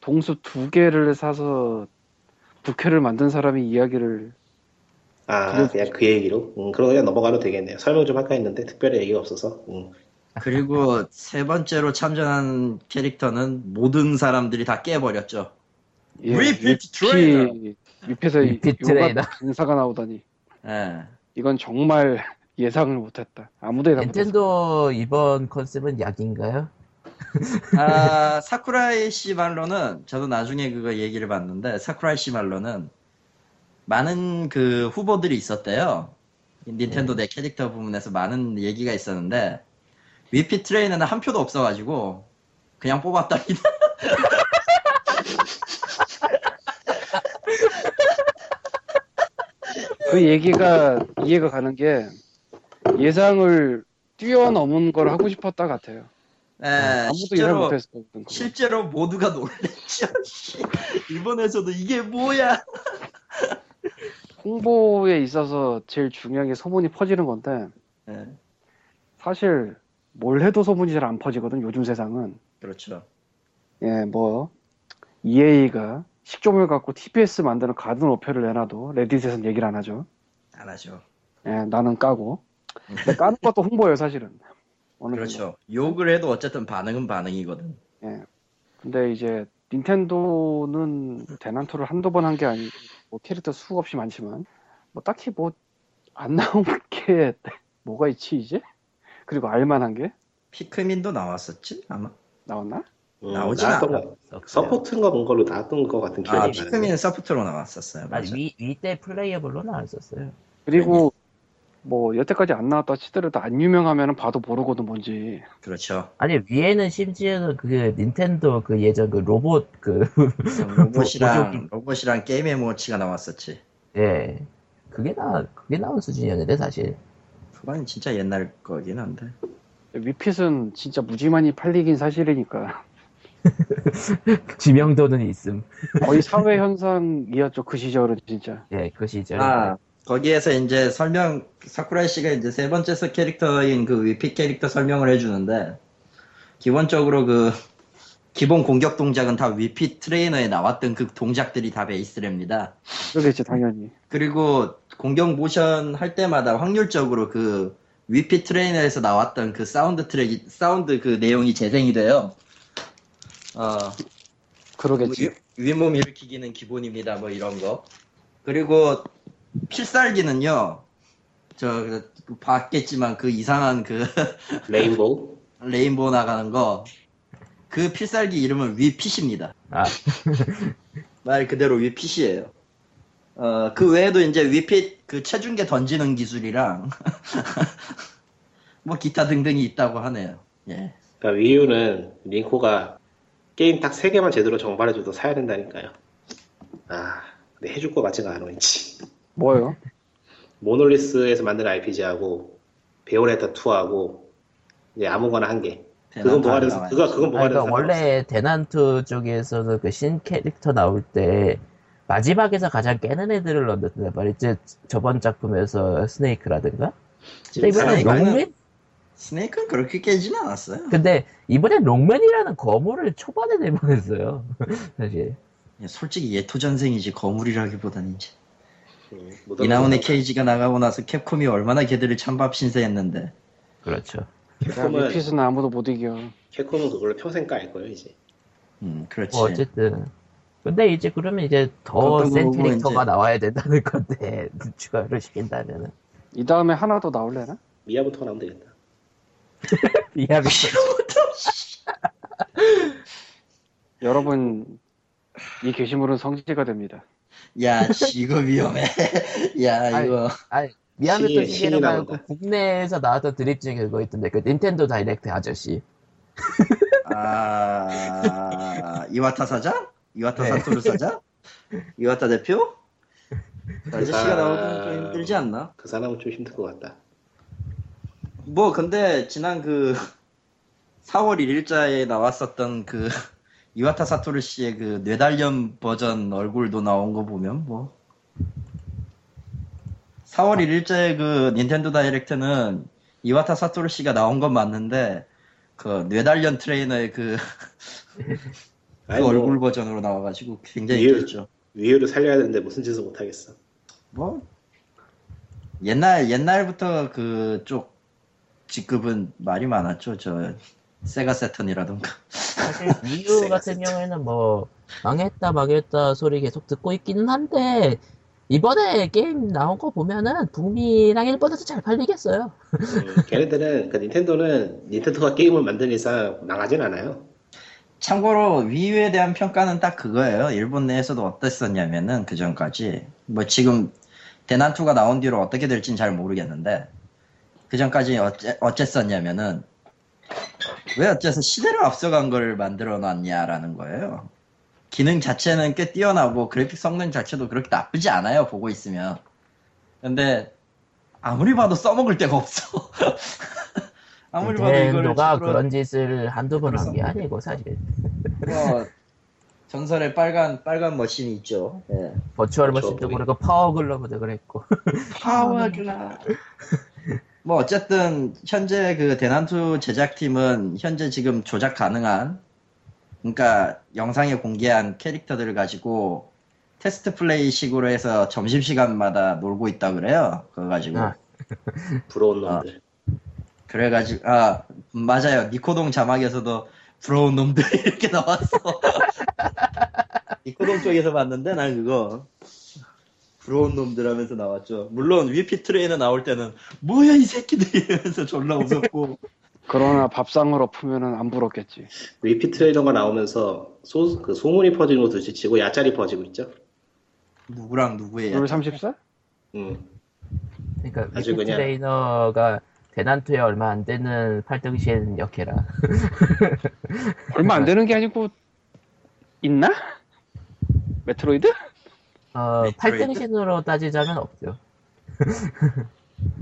동수 두 개를 사서 부캐를 만든 사람이 이야기를
아, 그냥 그 얘기로? 음, 그럼 그냥 넘어가도 되겠네요. 설명 좀 할까 했는데, 특별히 얘기가 없어서. 음.
그리고 세 번째로 참전한 캐릭터는 모든 사람들이 다 깨버렸죠.
예,
리피트
위피-
트레이너.
위피에서
리피트 트레이너.
인사가 나오다니
예.
이건 정말 예상을 못했다. 아무도 예상 못했어.
닌텐도 이번 컨셉은 약인가요?
아, 사쿠라이 씨 말로는 저도 나중에 그거 얘기를 봤는데 사쿠라이 씨 말로는 많은 그 후보들이 있었대요.
네.
닌텐도 내 캐릭터 부분에서 많은 얘기가 있었는데 위피 트레이너는 한 표도 없어가지고 그냥 뽑았답니다.
그 얘기가 이해가 가는 게 예상을 뛰어넘은 걸 하고 싶었다 같아요.
예,
네, 아무도 예상
실제로
못했을 것 같은 거.
실제로 모두가 놀랬죠. 씨. 일본에서도 이게 뭐야?
홍보에 있어서 제일 중요한 게 소문이 퍼지는 건데
예,
사실 뭘 해도 소문이 잘 안 퍼지거든 요즘 세상은.
그렇죠.
예, 뭐 EA가 식조물 갖고 TPS 만드는 가든 오페를 내놔도 레딧에선 얘기를 안 하죠.
안 하죠.
예, 나는 까고. 근데 까는 것도 홍보예요, 사실은. 어느 정도.
그렇죠. 욕을 해도 어쨌든 반응은 반응이거든.
근데 이제 닌텐도는 대난투를 한두 번 한 게 아니고 뭐 캐릭터 수없이 많지만 뭐 딱히 뭐 안 나온 게 뭐가 있지 이제? 그리고 알만한 게
피크민도 나왔었지 아마.
나왔나?
음,
나오진
나왔던
않아.
거- 서포트인가 뭔 걸로 나왔던 것 같은 기억이
아
나는데.
피크민은 서포트로 나왔었어요.
아,
맞아.
위, 위때 플레이어블로 나왔었어요.
그리고 뭐 여태까지 안 나왔다 치더라도 안 유명하면 봐도 모르거든 뭔지.
그렇죠.
아니, 위에는 심지어는 그 닌텐도 그 예전 그 로봇 그,
로봇이랑 로봇이랑 게임 에모치가 나왔었지.
예. 그게 나, 그게 나온 수준이었는데, 사실.
그건 진짜 옛날 거긴 한데.
위핏은 진짜 무지만이 팔리긴 사실이니까
지명도는 있음.
거의 사회 현상이었죠 그 시절은 진짜.
예, 그 시절에.
아 거기에서 이제 설명 사쿠라이 씨가 이제 세 번째 서 캐릭터인 그 위피 캐릭터 설명을 해주는데 기본적으로 그 기본 공격 동작은 다 위피 트레이너에 나왔던 그 동작들이 다 베이스랍니다.
그러겠지 당연히.
그리고 공격 모션 할 때마다 확률적으로 그 위피 트레이너에서 나왔던 그 사운드 트랙이 사운드 그 내용이 재생이 돼요. 어,
그러겠지.
위, 몸 일으키기는 기본입니다. 뭐 이런 거. 그리고 필살기는요. 저그 봤겠지만 그 이상한 그
레인보우.
레인보우 나가는 거. 그 필살기 이름은 위핏입니다.
아,
말 그대로 위핏이에요. 어, 그 외에도 이제 위핏 그 체중계 던지는 기술이랑 뭐 기타 등등이 있다고 하네요. 예.
그러니까 위유는 링코가 게임 딱 세 개만 제대로 정발해줘도 사야 된다니까요. 아, 근데 해줄 거 맞지가 않아 왠지.
뭐요?
모놀리스에서 만든 RPG하고 베오레타 2하고 이제 아무거나 한 개.
대낮
그건
밤에
뭐가 돼서
네, 나와요.
그거 그건 뭐가
아니,
돼서
그러니까 원래 대난투 쪽에서는 그 신 캐릭터 나올 때 마지막에서 가장 깨는 애들을 넣는단 말이지. 저번 작품에서 스네이크라든가. 근데 이번엔
스네이크는-
롱맨?
스네이크는 그렇게 깨진 않았어요.
근데 이번엔 롱맨이라는 거물을 초반에 내보냈어요. 사실.
예, 솔직히 예토전생이지 거물이라기보단 이제
음, 못
이나온의
얻어서
케이지가 나가고 나서 캡콤이 얼마나 걔들을 찬밥 신세했는데
그렇죠.
야,
캡콤은
위핏은 아무도 못 이겨.
캡콤은 그걸로 평생 깔 거예요 이제.
음 그렇지
뭐 어쨌든. 근데 이제 그러면 이제 더
그것도
센
그거고
캐릭터가
이제-
나와야 된다는 건데 추가를 시킨다면은
이 다음에 하나 더 나올래나?
미야부터 나오면 되겠다.
미야비
여러분 이 게시물은 성지가 됩니다.
야 씨, 이거 위험해 야
아이,
이거
미야비
신이-
또
신이
시계를 말고
나온다.
국내에서 나왔던 드립 중에 그거 있던데 그 닌텐도 다이렉트 아저씨
아 이와타 사장? 이와타
네.
사토루 사장? 이와타 대표? 그 아저씨가
아.
나오면 좀 힘들지 않나?
그 사람은 좀 힘들 것 같다.
뭐 근데 지난 그 4월 1일자에 나왔었던 그 이와타 사토루 씨의 그 뇌단련 버전 얼굴도 나온 거 보면 뭐 4월 1일자에 그 닌텐도 다이렉트는 이와타 사토루 씨가 나온 건 맞는데 그 뇌단련 트레이너의 그 그
아니, 뭐,
얼굴 버전으로 나와가지고 굉장히
예.
힘들죠.
위유를 살려야 되는데 무슨 짓을 못 하겠어.
뭐 옛날 옛날부터 그쪽 직급은 말이 많았죠. 저 세가 세턴이라던가.
사실 미유 같은 경우에는 뭐 망했다 망했다 소리 계속 듣고 있기는 한데 이번에 게임 나온 거 보면은 북미랑 일본에서 잘 팔리겠어요.
음, 걔네들은 그 닌텐도는 닌텐도가 게임을 만든 이상 망하진 않아요.
참고로 위유에 대한 평가는 딱 그거예요. 일본 내에서도 어땠었냐면은 그 전까지 뭐 지금 대난투가 나온 뒤로 어떻게 될진 잘 모르겠는데 그 전까지 어째, 어쨌었냐면은 왜 어째서 시대를 앞서간 걸 만들어 놨냐라는 거예요. 기능 자체는 꽤 뛰어나고 그래픽 성능 자체도 그렇게 나쁘지 않아요 보고 있으면
근데 아무리 봐도 써먹을 데가 없어. 아무리 봐도 이거를
닌텐도가
집으로
네, 그런 짓을 한두 번 한 게
집으로
아니고 사실
뭐 전설의 빨간 빨간 머신이 있죠. 예.
버추얼
그렇죠.
머신도 그렇고 파워글러브도 그랬고
파워글라. 뭐 어쨌든 현재 그 대난투 제작팀은 현재 지금 조작 가능한 그러니까 영상에 공개한 캐릭터들을 가지고 테스트 플레이식으로 해서 점심 시간마다 놀고 있다 그래요. 그거 가지고
아.
부러운 놈들.
그래가지고 아 맞아요 니코동 자막에서도 부러운 놈들 이렇게 나왔어 니코동 쪽에서 봤는데 난 그거 부러운 놈들 하면서 나왔죠 물론 위피 트레이너 나올 때는 뭐야 이 새끼들 이러면서 졸라 웃었고
그러나 밥상으로 푸면은 안 부럽겠지.
위피 트레이너가 나오면서 소, 그 소문이 퍼지는 것도 지치고 야짤이 퍼지고 있죠.
누구랑 누구의
롤
야
30살?
음.
그러니까
아주
위키
그냥-
트레이너가 대난투에 얼마 안 되는 팔등신 역해라
얼마 안 되는 게 아니고 있나? 메트로이드?
그러니까.
어,
메트로이드?
팔등신으로 따지자면 없죠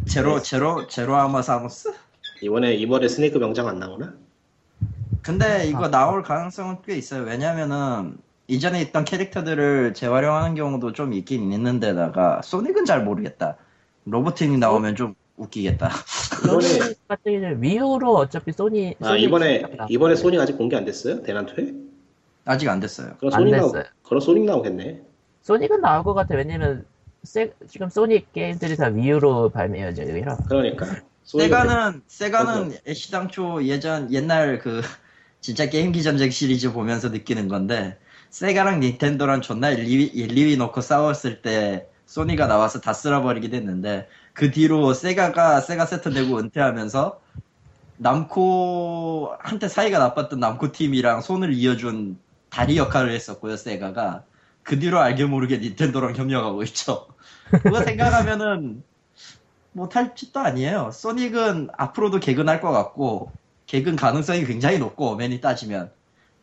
제로 제로 제로 아마 사무스
이번에 이번에 스네이크 명장 안 나오나?
근데 이거
아.
나올 가능성은 꽤 있어요 왜냐면은 이전에 있던 캐릭터들을 재활용하는 경우도 좀 있긴 있는데다가 소닉은 잘 모르겠다 로보틴이 나오면 좀 웃기겠다
이번에
소니 같은 경우는 위유로 어차피 소니
아
소니
이번에
있잖아.
이번에 소닉 아직 공개 안 됐어요? 대난투에?
아직 안 됐어요.
그럼
안
소닉 나오
됐어요.
그럼 소닉 나오겠네.
소닉은 나올 것 같아 왜냐면 세- 지금 소닉 게임들이 다 위유로 발매해져 요
그러니까 소닉은
세가는 세가는 애쉬 당초 예전 옛날 그 진짜 게임기 전쟁 시리즈 보면서 느끼는 건데 세가랑 닌텐도랑 존나 1, 2위, 1, 2위 놓고 싸웠을 때 소니가 나와서 다 쓸어버리긴 했는데 그 뒤로 세가가 세가 세트 내고 은퇴하면서 남코 한때 사이가 나빴던 남코 팀이랑 손을 이어준 다리 역할을 했었고요 세가가 그 뒤로 알게 모르게 닌텐도랑 협력하고 있죠. 그거 생각하면은 못할 짓도 아니에요. 소닉은 앞으로도 개근 할것 같고 개근 가능성이 굉장히 높고 맨이 따지면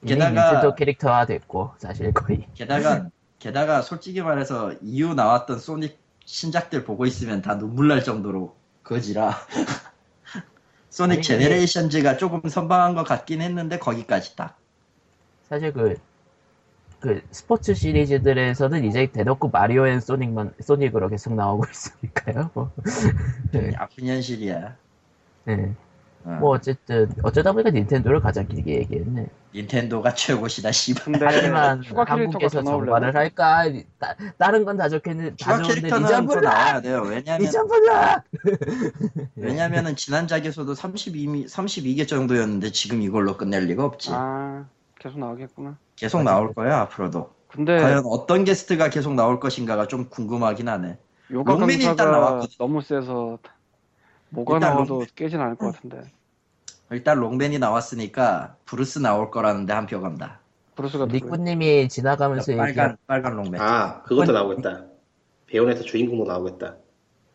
이미
게다가-
네, 닌텐도 캐릭터화 됐고 사실 거의
게다가 게다가 솔직히 말해서 이후 나왔던 소닉 신작들 보고 있으면 다 눈물 날 정도로 거지라 소닉
아니,
제네레이션즈가 조금 선방한 것 같긴 했는데 거기까지 딱
사실 그, 그 스포츠 시리즈들에서는 이제 대놓고 마리오 앤 소닉만, 소닉으로 계속 나오고 있으니까요. 뭐. 네.
아픈 현실이야.
네.
어.
뭐 어쨌든, 어쩌다 보니까 닌텐도를 가장 길게 얘기했네.
닌텐도가 최고시다 씨발.
근데
하지만
추가 캐릭터가 더
한국에서
나오려면
정발을 할까? 따, 다른 건 다 좋겠는데, 다
추가
좋은데
캐릭터는 또
니자블라!
나와야 돼요. 왜냐면
니자블라!
왜냐면은 지난 작에서도 32, 32개 정도였는데 지금 이걸로 끝낼 리가 없지.
아 계속 나오겠구나.
계속 나올 거야 앞으로도.
근데
네.
과연 어떤 게스트가 계속 나올 것인가가 좀 궁금하긴 하네.
요가
롱맨이 일단
강사가
나왔거든.
너무 세서 뭐가
일단
나와도
롱맨.
깨진 않을 것 같은데
일단 롱맨이 나왔으니까 브루스 나올 거라는데 한 표 간다. 그러니까
브루스가 누구야?
니꾸님이 지나가면서 얘기한
빨간 빨간 롱맨.
아 그것도 나오겠다. 배우네타 주인공도 나오겠다.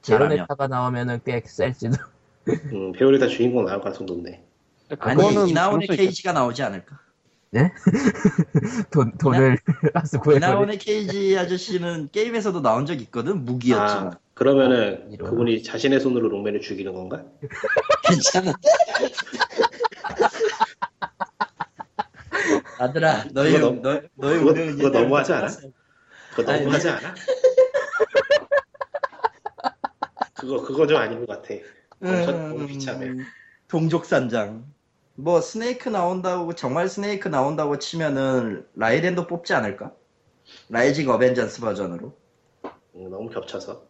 잘하면.
제로네타가 나오면은 꽤 셀지도.
음, 배우네타 주인공 나올 가능성 높네.
아니
가능성이
이나온의
있겠다.
케이지가 나오지 않을까?
돈, 돈을 가서 구해버리
이나온의 케이지 아저씨는 게임에서도 나온 적 있거든 무기였지만
아 그러면은
이런.
그분이 자신의 손으로 롱맨을 죽이는 건가?
괜찮은데? 아들아 너희
그거
너,
너무-
너, 너희
그거-
운명은
그거 너무하지 않아?
끝났어.
그거
아니,
너무하지 않아? 그거 그거 좀 아닌 것 같아.
음,
엄청 너무 비참해.
동족산장. 뭐 스네이크 나온다고 정말 스네이크 나온다고 치면은 라이덴도 뽑지 않을까? 라이징 어벤져스 버전으로.
음, 너무 겹쳐서.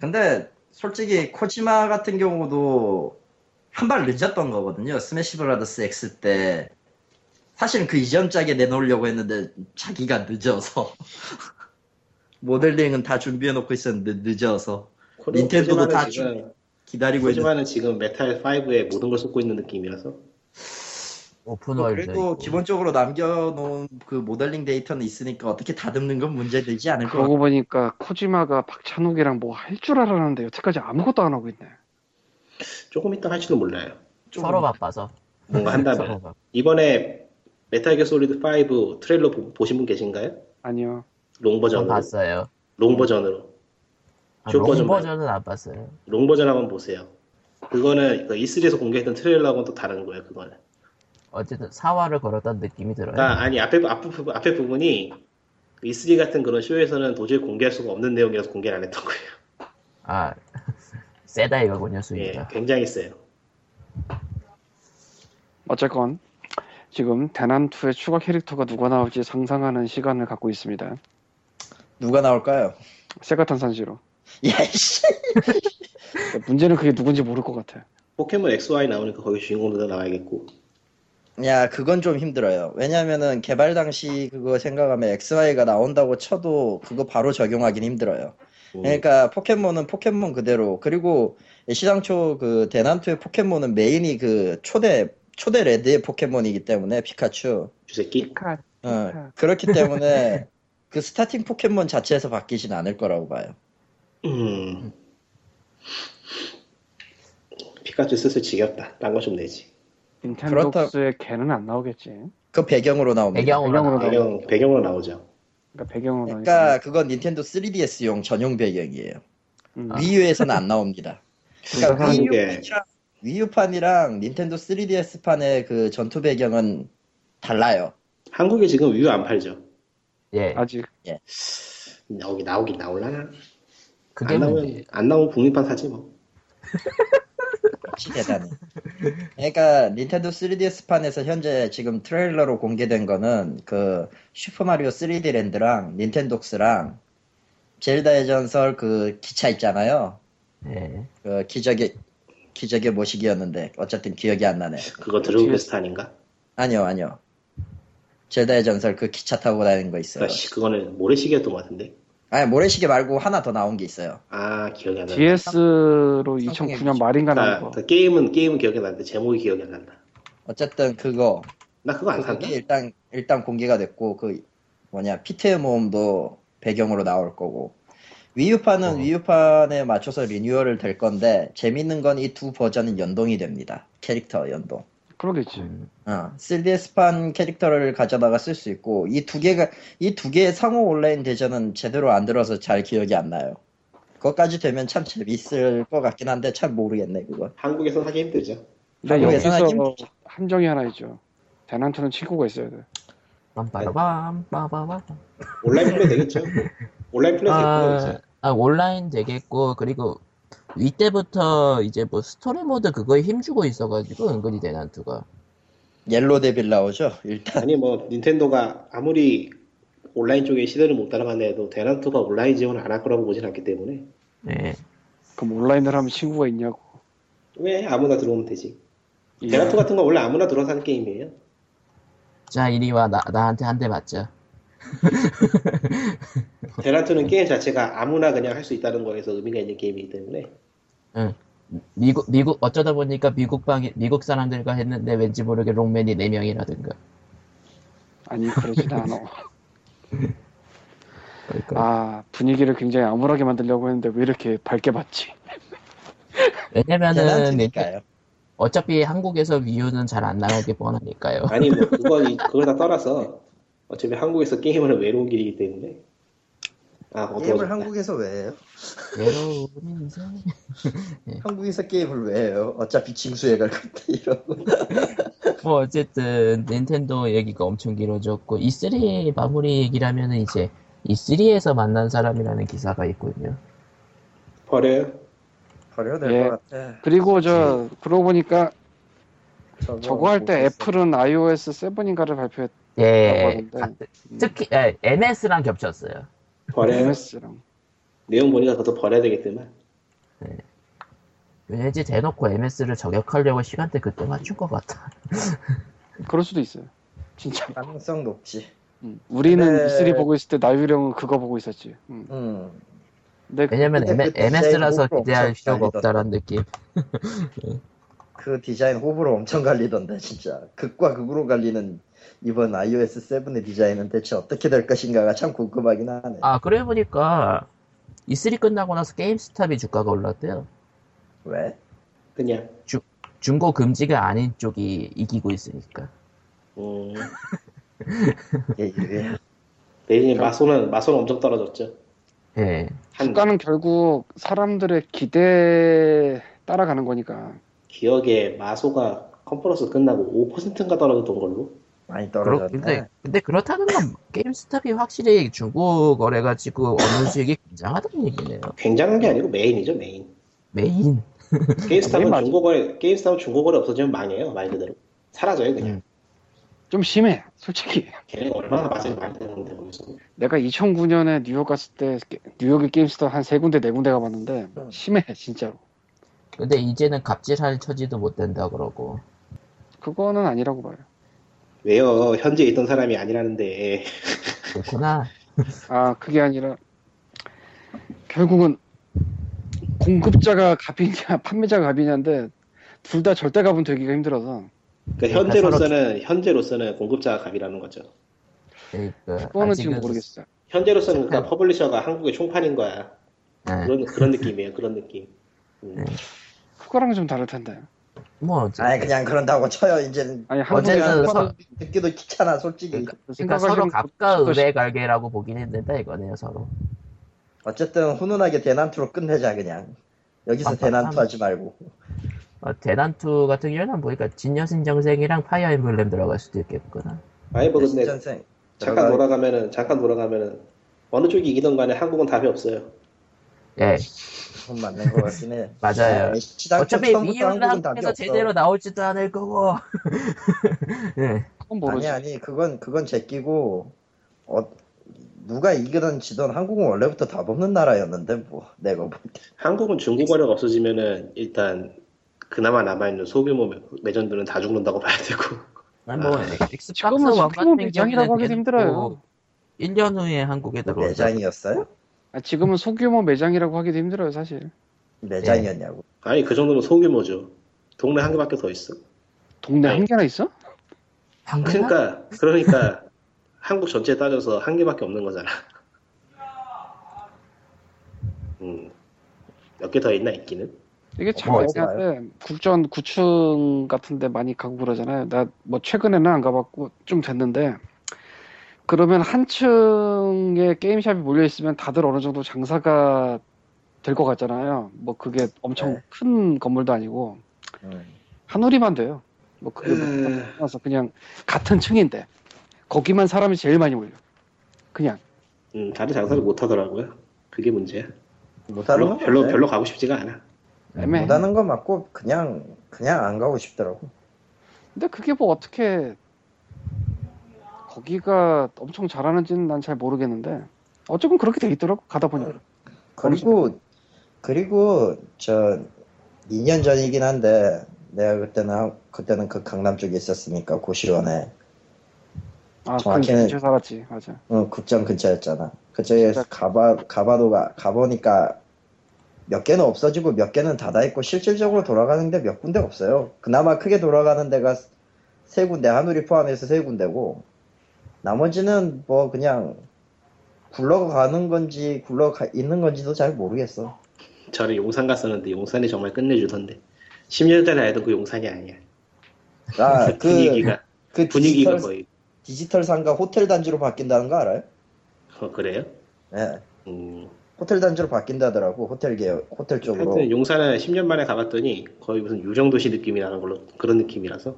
근데 솔직히 코지마 같은 경우도 한 발 늦었던 거거든요. 스매시 브라더스 X 때 사실 그 이전 작에 내놓으려고 했는데 자기가 늦어서 모델링은 다 준비해놓고 있었는데 늦어서 닌텐도도 다
지금
기다리고 있는.
하지만은 지금 메탈 5에 모든 걸 쏟고 있는 느낌이라서
오픈월드.
뭐 그래도
있고.
기본적으로 남겨놓은 그 모델링 데이터는 있으니까 어떻게 다듬는 건 문제되지 않을 것 같고
그러고 보니까 코지마가 박찬욱이랑 뭐 할 줄 알았는데 여태까지 아무것도 안 하고 있네.
조금 이따 할지도 몰라요.
서로 바빠서.
뭔가
네,
한다면
서로 바빠.
이번에 메탈 게 솔리드 5 트레일러 보, 신분 계신가요?
아니요.
롱
전
버전으로.
봤어요.
롱 버전으로.
아,
쇼 버전
뭐.
롱 버전은 안 봤어요.
롱 버전 한번 보세요. 그거는 그 E3에서 공개했던 트레일러하고는 또 다른 거예요. 그거는.
어쨌든 사활을 걸었던 느낌이 들어요.
아, 아니 앞에 앞부, 앞에 부분이 E3 같은 그런 쇼에서는 도저히 공개할 수가 없는 내용이라서 공개를 안 했던 거예요.
아, 세다 이거군요, 수위가.
예, 굉장히 세요.
어쨌건 지금 대난투의 추가 캐릭터가 누가 나올지 상상하는 시간을 갖고 있습니다.
누가 나올까요?
세가탄산시로. 그러니까
야이씨.
문제는 그게 누군지 모를 것 같아.
포켓몬 XY 나오니까 거기 주인공도 나와야겠고.
야 그건 좀 힘들어요. 왜냐면은 개발 당시 그거 생각하면 XY가 나온다고 쳐도 그거 바로 적용하긴 힘들어요.
음,
그러니까 포켓몬은 포켓몬 그대로 그리고 시장초 그 대난투의 포켓몬은 메인이 그 초대 초대 레드의 포켓몬이기 때문에 피카츄.
주새끼.
카
어, 그렇기 때문에 그 스타팅 포켓몬 자체에서 바뀌진 않을 거라고 봐요.
음. 피카츄 슬슬 지겹다. 딴 거 좀 내지.
닌텐도스의 걔는 안 나오겠지.
그 배경으로 나옵니다.
배경으로.
배경으로
나와.
나와.
배경 배경으로 나오죠.
그러니까 배경으로
그러니까 그건 닌텐도 3DS용 전용 배경이에요.
음,
위유에서는 안 나옵니다. 아. 그러니까
그래서
이게-
위유판이랑, 위유판이랑 닌텐도 3DS판의 그 전투 배경은 달라요.
한국에 지금 위유 안 팔죠. 음,
예,
아직
여기 나오긴 나올라나?
그게
안
문제.
나오면 안 나오면 국립판 사지 뭐.
역시 대단해. 그러니까 닌텐도 3DS판에서 현재 지금 트레일러로 공개된 거는 그 슈퍼마리오 3D 랜드랑 닌텐독스랑 젤다의 전설 그 기차 있잖아요.
예.
그 기적의 기적의 모식이었는데 어쨌든 기억이 안 나네.
그거 드래곤 퀘스트 아닌가?
아니요, 아니요. 젤다의 전설 그 기차 타고 다니는 거 있어요.
그러니까 씨, 그거는 모래시계였던 것 같은데.
아니 모래시계 말고 하나 더 나온 게 있어요.
아 기억이 안 나.
아,
DS로 2009년 말인가 나온
나,
거.
그 게임은 게임은 기억이 나는데 제목이 기억이 안 난다.
어쨌든 그거
나 그거 안 산다.
그게 일단 일단 공개가 됐고 그 뭐냐 피트의 모험도 배경으로 나올 거고
어.
위유판은 위유판에 맞춰서 리뉴얼을 될 건데 재밌는 건 이 두 버전은 연동이 됩니다 캐릭터 연동
그러겠지.
음,
어, 3DS판 캐릭터를 가져다가 쓸 수 있고 이 두 개가 이 두 개의 상호 온라인 대전은 제대로 안 들어서 잘 기억이 안 나요 그것까지 되면 참 재밌을 것 같긴 한데 잘 모르겠네 그건
한국에서 사기 힘들죠.
근데
한국에서
여기서
아, 하긴-
함정이 하나 있죠. 대난투는 친구가 있어야 돼.
빰빠라밤, 빠바밤.
온라인 플레이 되겠죠. 온라인 플레이
아,
되겠죠.
아, 온라인 되겠고, 그리고 위 때부터 이제 뭐 스토리 모드 그거에 힘주고 있어가지고 은근히 대난투가.
옐로 데빌 나오죠 일단
아니 뭐 닌텐도가 아무리 온라인 쪽에 시대를 못 따라간다 해도 대난투가 온라인 지원을 안 할 거라고 보진 않기 때문에
예.
그럼 온라인을 하면 친구가 있냐고.
왜 아무나 들어오면 되지.
예.
이-
대난투 같은 건 원래 아무나 들어서 하는 게임이에요.
자, 이리 와, 나, 나한테 한 대 맞자.
대난투는 게임 자체가 아무나 그냥 할 수 있다는 거에서 의미가 있는 게임이기 때문에
응. 미국, 미국, 어쩌다 보니까 미국 방, 미국 사람들과 했는데 왠지 모르게 롱맨이 4명이라든가.
아니 그러지도 않아.
그러니까.
아 분위기를 굉장히 암울하게 만들려고 했는데 왜 이렇게 밝게 봤지? 네.
왜냐면은,
대단하니까요
어차피 한국에서 위유는 잘 안 나가게 뻔하니까요.
아니 뭐 그거 이- 그걸 다 떠나서 어차피 한국에서 게임은 외로운 길이기 때문에 아
게임을
어두워졌다.
한국에서 왜 해요?
외로움이 인생.
한국에서 게임을 왜 해요? 어차피 징수해 갈 건데 이러고
뭐 어쨌든 닌텐도 얘기가 엄청 길어졌고 E3 마무리 얘기라면은 이제 E3에서 만난 사람이라는 기사가 있군요.
버려요.
버려도 될
예.
것 같아
그리고 저 그러고 보니까 저거 할 때
네. 못했어.
애플은 iOS 7인가를 발표했
예.
그러고
가-
하는데.
특히 예, MS랑 겹쳤어요.
버려요.
MS랑.
내용 보니까 그것도 버려야 되겠지만
왠지 대놓고 MS를 저격하려고 시간대 그때 맞춘 것 같아.
그럴 수도 있어요. 진짜.
가능성 높지
음. 우리는
네.
E3 보고 있을 때 나유령은 그거 보고 있었지. 음.
음.
근데
왜냐면
그때 그때
MS라서
제일
기대할
목표
필요가
없었다,
없다라는 느낌.
그 디자인 호불호 엄청 갈리던데 진짜 극과 극으로 갈리는 이번 iOS 7의 디자인은 대체 어떻게 될 것인가가 참 궁금하긴 하네
아 그래 보니까 E3 끝나고 나서 게임스탑이 주가가 올랐대요.
왜?
그냥
중고 금지가 아닌 쪽이 이기고 있으니까.
음,
이게 이게 예,
대신에 마소는 마소는 엄청 떨어졌죠.
예.
한
수가는 그 결국 사람들의 기대 따라가는 거니까
기억에 마소가 컨퍼런스 끝나고 5%인가 떨어졌던 걸로
많이
그렇,
떨어졌네.
근데, 근데 그렇다는 건 뭐, 게임스탑이 확실히 중고 거래가 지금 어느 수익이 굉장하다는 얘기네요.
굉장한 게 아니고 메인이죠 메인
메인.
게임스탑은
메인 맞아.
중고거래 게임스탑은 중고거래 없어지면 망해요 말 그대로 사라져요 그냥
음.
좀 심해 솔직히
걔네가 얼마나 맛을 많이 드는데 거기서
내가 2009년에 뉴욕 갔을 때 게- 뉴욕의 게임스터 한 세 군데 네 군데 가봤는데 심해 진짜로
근데 이제는 갑질할 처지도 못 된다 그러고.
그거는 아니라고 봐요
왜요 현재 있던 사람이 아니라는데
그렇구나.
아 그게 아니라 결국은 공급자가 갑이냐 판매자가 갑이냐인데 둘 다 절대 갑은 되기가 힘들어서
그러니까 현재로서는 현재로서는 공급자가 갑이라는 거죠
그러니까
그거는 지금
아직은-
모르겠어요
현재로서는 그러니까
네.
퍼블리셔가 한국의 총판인 거야
네.
그런 그런 느낌이에요 그런 느낌 음.
그거랑 좀 다를 텐데
뭐
아니 그냥 그런다고 쳐요. 이제는
아니
어쨌든
한국에서
서-
듣기도 귀찮아 솔직히.
그러니까 서로 갑과의 갈게라고 보긴 했는데 이거네요 서로.
어쨌든 훈훈하게 대난투로 끝내자 그냥. 여기서
아,
대난투
아,
하지 말고.
어, 대난투 같은 경우는 보니까 진여신 정생이랑 파이어 엠블렘 들어갈 수도 있겠구나.
아니 뭐 근데
신전생.
잠깐
들어가-
돌아가면은 잠깐 돌아가면은 어느 쪽이 이기던 간에 한국은 답이 없어요
예,
좀 맞는 것 같긴 해. 네,
맞아요.
시장
어차피
처음부터
미유는
한국은 답이
한국에서
없어.
제대로 나올지도 않을 거고. 예,
그건
아니
모르지
아니 그건 그건 제끼고 어, 누가 이기든 지든 한국은 원래부터 답 없는 나라였는데 뭐 내가 볼 때.
한국은 중고거래가 없어지면은 일단 그나마 남아있는 소규모 매점들은 다 죽는다고 봐야 되고
난 뭐,
아,
엑스박스
지금은
원
소규모
같은
매장이라고 하기도
경우는
힘들어요
1년 후에 한국에 들어오죠.
매장이었어요?
아, 지금은 소규모 매장이라고 하기도 힘들어요 사실
매장이었냐고.
아니 그 정도면 소규모죠 동네 한 개밖에 더 있어
동네
네.
한 개나 있어?
방금
그러니까 그러니까 한국 전체에 따져서 한 개밖에 없는 거잖아 음, 음몇 개 더 있나 있기는
이게 참
뭐
애매한데 국전 구층 같은데 많이 가고 그러잖아요. 나 뭐 최근에는 안 가봤고 좀 됐는데 그러면 한 층에 게임샵이 몰려 있으면 다들 어느 정도 장사가 될 것 같잖아요. 뭐 그게 엄청
네.
큰 건물도 아니고
음.
한 우리만 돼요. 뭐 그게 뭐서 그냥 같은 층인데 거기만 사람이 제일 많이 몰려. 그냥
음 다른 장사를 못 하더라고요 그게 문제야
못하는
별로
건
별로,
맞아요.
별로 가고 싶지가 않아
네,
애매해.
못하는 건 맞고 그냥 그냥 안 가고 싶더라고.
근데 그게 뭐 어떻게 거기가 엄청 잘하는지는 난 잘 모르겠는데 어쨌건 그렇게 돼 있더라고 가다 보니까
그리고 그리고 저 2년 전이긴 한데 내가 그때는 한- 그때는 그 강남 쪽에 있었으니까 고시원에
아
정확히는-
그게 살았지 맞아
응, 국장 어, 근처였잖아. 그쪽에
진짜.
가봐 가봐도 가, 가보니까 몇 개는 없어지고 몇 개는 닫아 있고 실질적으로 돌아가는데 몇 군데 없어요. 그나마 크게 돌아가는 데가 세 군데 한우리 포함해서 세 군데고 나머지는 뭐 그냥 굴러가는 건지 굴러가 있는 건지도 잘 모르겠어.
저는 용산 갔었는데 용산이 정말 끝내주던데 10년 전에 알던 그 용산이 아니야
아, 그,
분위기가
그
분위기가
디지털,
거의
디지털 상가 호텔 단지로 바뀐다는 거 알아요?
어, 그래요?
예.
음,
호텔 단지로 바뀐다더라고. 호텔 계 호텔 쪽으로.
하여튼 용산은 10년 만에 가봤더니 거의 무슨 유정도시 느낌이 나는 걸로 그런 느낌이라서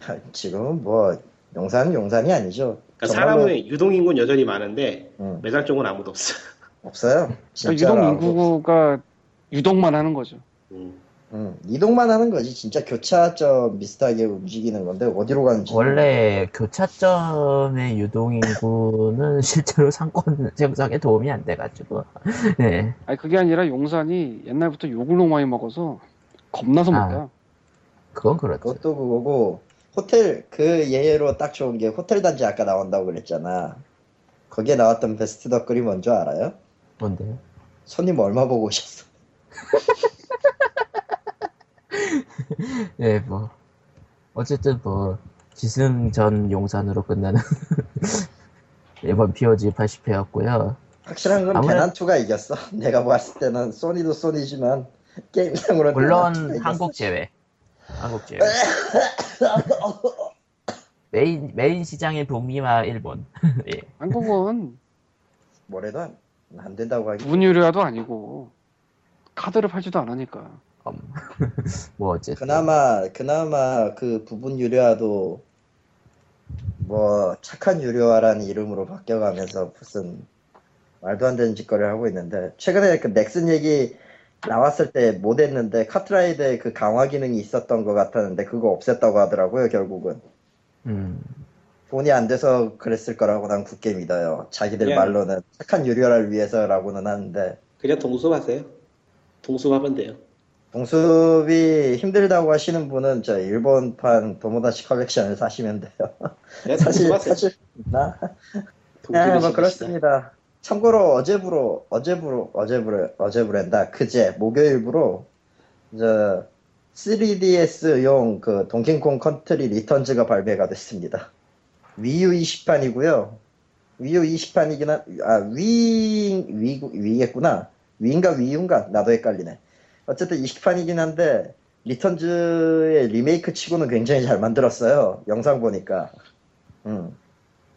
그러니까
지금은 뭐 용산은 용산이 아니죠.
그러니까
정말로-
사람은 유동인구는 여전히 많은데
음,
매장 쪽은 아무도 없어
없어요.
그러니까
진짜로
유동
아무도 없어.
인구가 유동만 하는 거죠
음,
음, 이동만 하는 거지. 진짜 교차점 비슷하게 움직이는 건데 어디로 가는지.
원래 교차점의 유동인구는 실제로 상권 생성에 도움이 안 돼가지고 네.
아니 그게 아니라 용산이 옛날부터 욕을 너무 많이 먹어서 겁나서
아.
못 가
그건 그렇죠
그것도 그거고 호텔 그 예로 딱 좋은 게 호텔 단지 아까 나온다고 그랬잖아. 거기에 나왔던 베스트 덧글이 뭔지 알아요?
뭔데요?
손님 얼마 보고 오셨어?
네, 뭐 어쨌든 뭐 기승전 용산으로 끝나는 이번 POG 80회였고요
확실한 건
아무래도-
대난투가 이겼어. 내가 봤을 때는 소니도 소니지만 게임상으로
물론
대난투가
한국
이겼어.
제외 한국
아.
제외 메인 메인 시장인 북미와 일본 예.
한국은
뭐래도 안- 안 된다고 하기.
문유료화도 아니고 카드를 팔지도 않으니까
음. 뭐 어쨌든
그나마 그나마 그 부분 유료화도 뭐 착한 유료화라는 이름으로 바뀌어가면서 무슨 말도 안 되는 짓거리를 하고 있는데 최근에 그 넥슨 얘기 나왔을 때 못했는데 카트라이드의 그 강화 기능이 있었던 것 같았는데 그거 없앴다고 하더라고요 결국은
음.
돈이 안 돼서 그랬을 거라고 난 굳게 믿어요 자기들
예.
말로는 착한 유료화를 위해서라고는 하는데
그냥 동수하세요. 동수하면 돼요.
봉수비 힘들다고 하시는 분은 저 일본판 도모다치 컬렉션을 사시면 돼요.
그냥
뭐 사실
동수하세요.
사실 나
동수를
네, 뭐
시킵시다.
그렇습니다. 참고로 어제부로 어제부로 어제부로 어제부랜다 그제 목요일부로 저 3DS용 그 동킹콩 컨트리 리턴즈가 발매가 됐습니다. 위유 20판이고요. 위유 20판이긴 아, 한아위위 위겠구나. 위인가 위유인가 나도 헷갈리네. 어쨌든 20판이긴 한데 리턴즈의 리메이크 치고는 굉장히 잘 만들었어요. 영상 보니까. 음.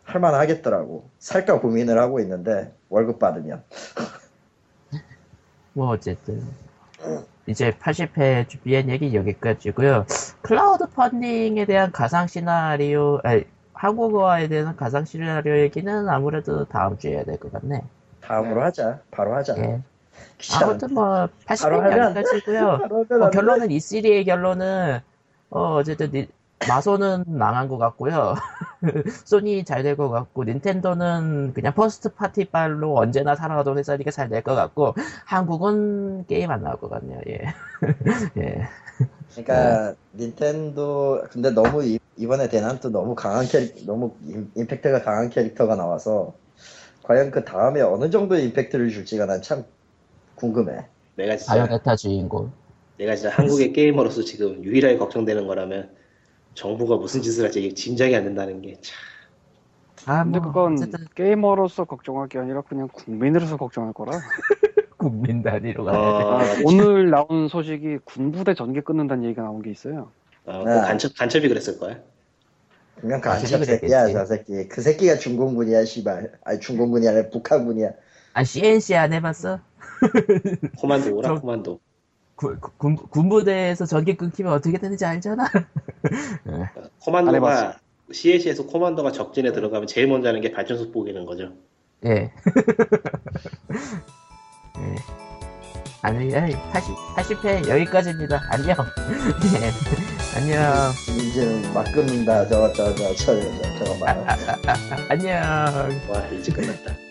할만 하겠더라고. 살까 고민을 하고 있는데 월급 받으면.
뭐 어쨌든 이제 80회 주비엔 얘기 여기까지고요. 클라우드 펀딩에 대한 가상 시나리오, 아니, 한국어에 대한 가상 시나리오 얘기는 아무래도 다음 주에 해야 될 것 같네.
다음으로 하자. 바로 하자.
예.
귀찮아.
아무튼 뭐 80회
하면 안 돼.
여기까지고요.
바로 하면
어,
안 돼.
결론은 이 시리의 결론은 어, 어쨌든 니- 마소는 망한 것 같고요. 소니 잘 될 것 같고 닌텐도는 그냥 퍼스트 파티 빨로 언제나 살아가던 회사니까 잘 될 것 같고 한국은 게임 안 나올 것 같네요. 예. 예.
그러니까 닌텐도 근데 너무 이- 이번에 대난도 너무 강한 캐릭 너무 임- 임팩트가 강한 캐릭터가 나와서 과연 그 다음에 어느 정도의 임팩트를 줄지가 난 참 궁금해.
내가 진짜
바이오네타 주인공.
내가 진짜 한국의 게이머로서 지금 유일하게 걱정되는 거라면 정부가 무슨 짓을 할지 짐작이 안 된다는 게 참.
아,
근데
뭐
그건
어쨌든
게이머로서 걱정할 게 아니라 그냥 국민으로서 걱정할 거라
국민 단위로 가야 돼.
어,
아, 오늘 나온 소식이 군부대 전개 끊는다는 얘기가 나온 게 있어요
어,
네.
그 간첩 간첩이 그랬을 거야.
분명
아,
강한
그게
새끼야
그랬겠지.
저 새끼. 그 새끼가 중공군이야 씨발. 아니 중공군이 아니라 북한군이야.
아, CNC 안 해봤어?
코만도 오라
저-
코만도.
구- 구- 군, 군부대에서 전기 끊기면 어떻게 되는지 알잖아.
안
코만도가
해봤어.
CAC에서 코만도가 적진에 들어가면 제일 먼저 하는 게 발전소 뽀기는 거죠.
예. 예. 아니, 아니, 80, 80회 여기까지입니다. 안녕. 예. 안녕.
이제 막 끊는다 저거 저거 저거 저거
아,
막.
아, 아, 아, 안녕.
와 이제 끝났다.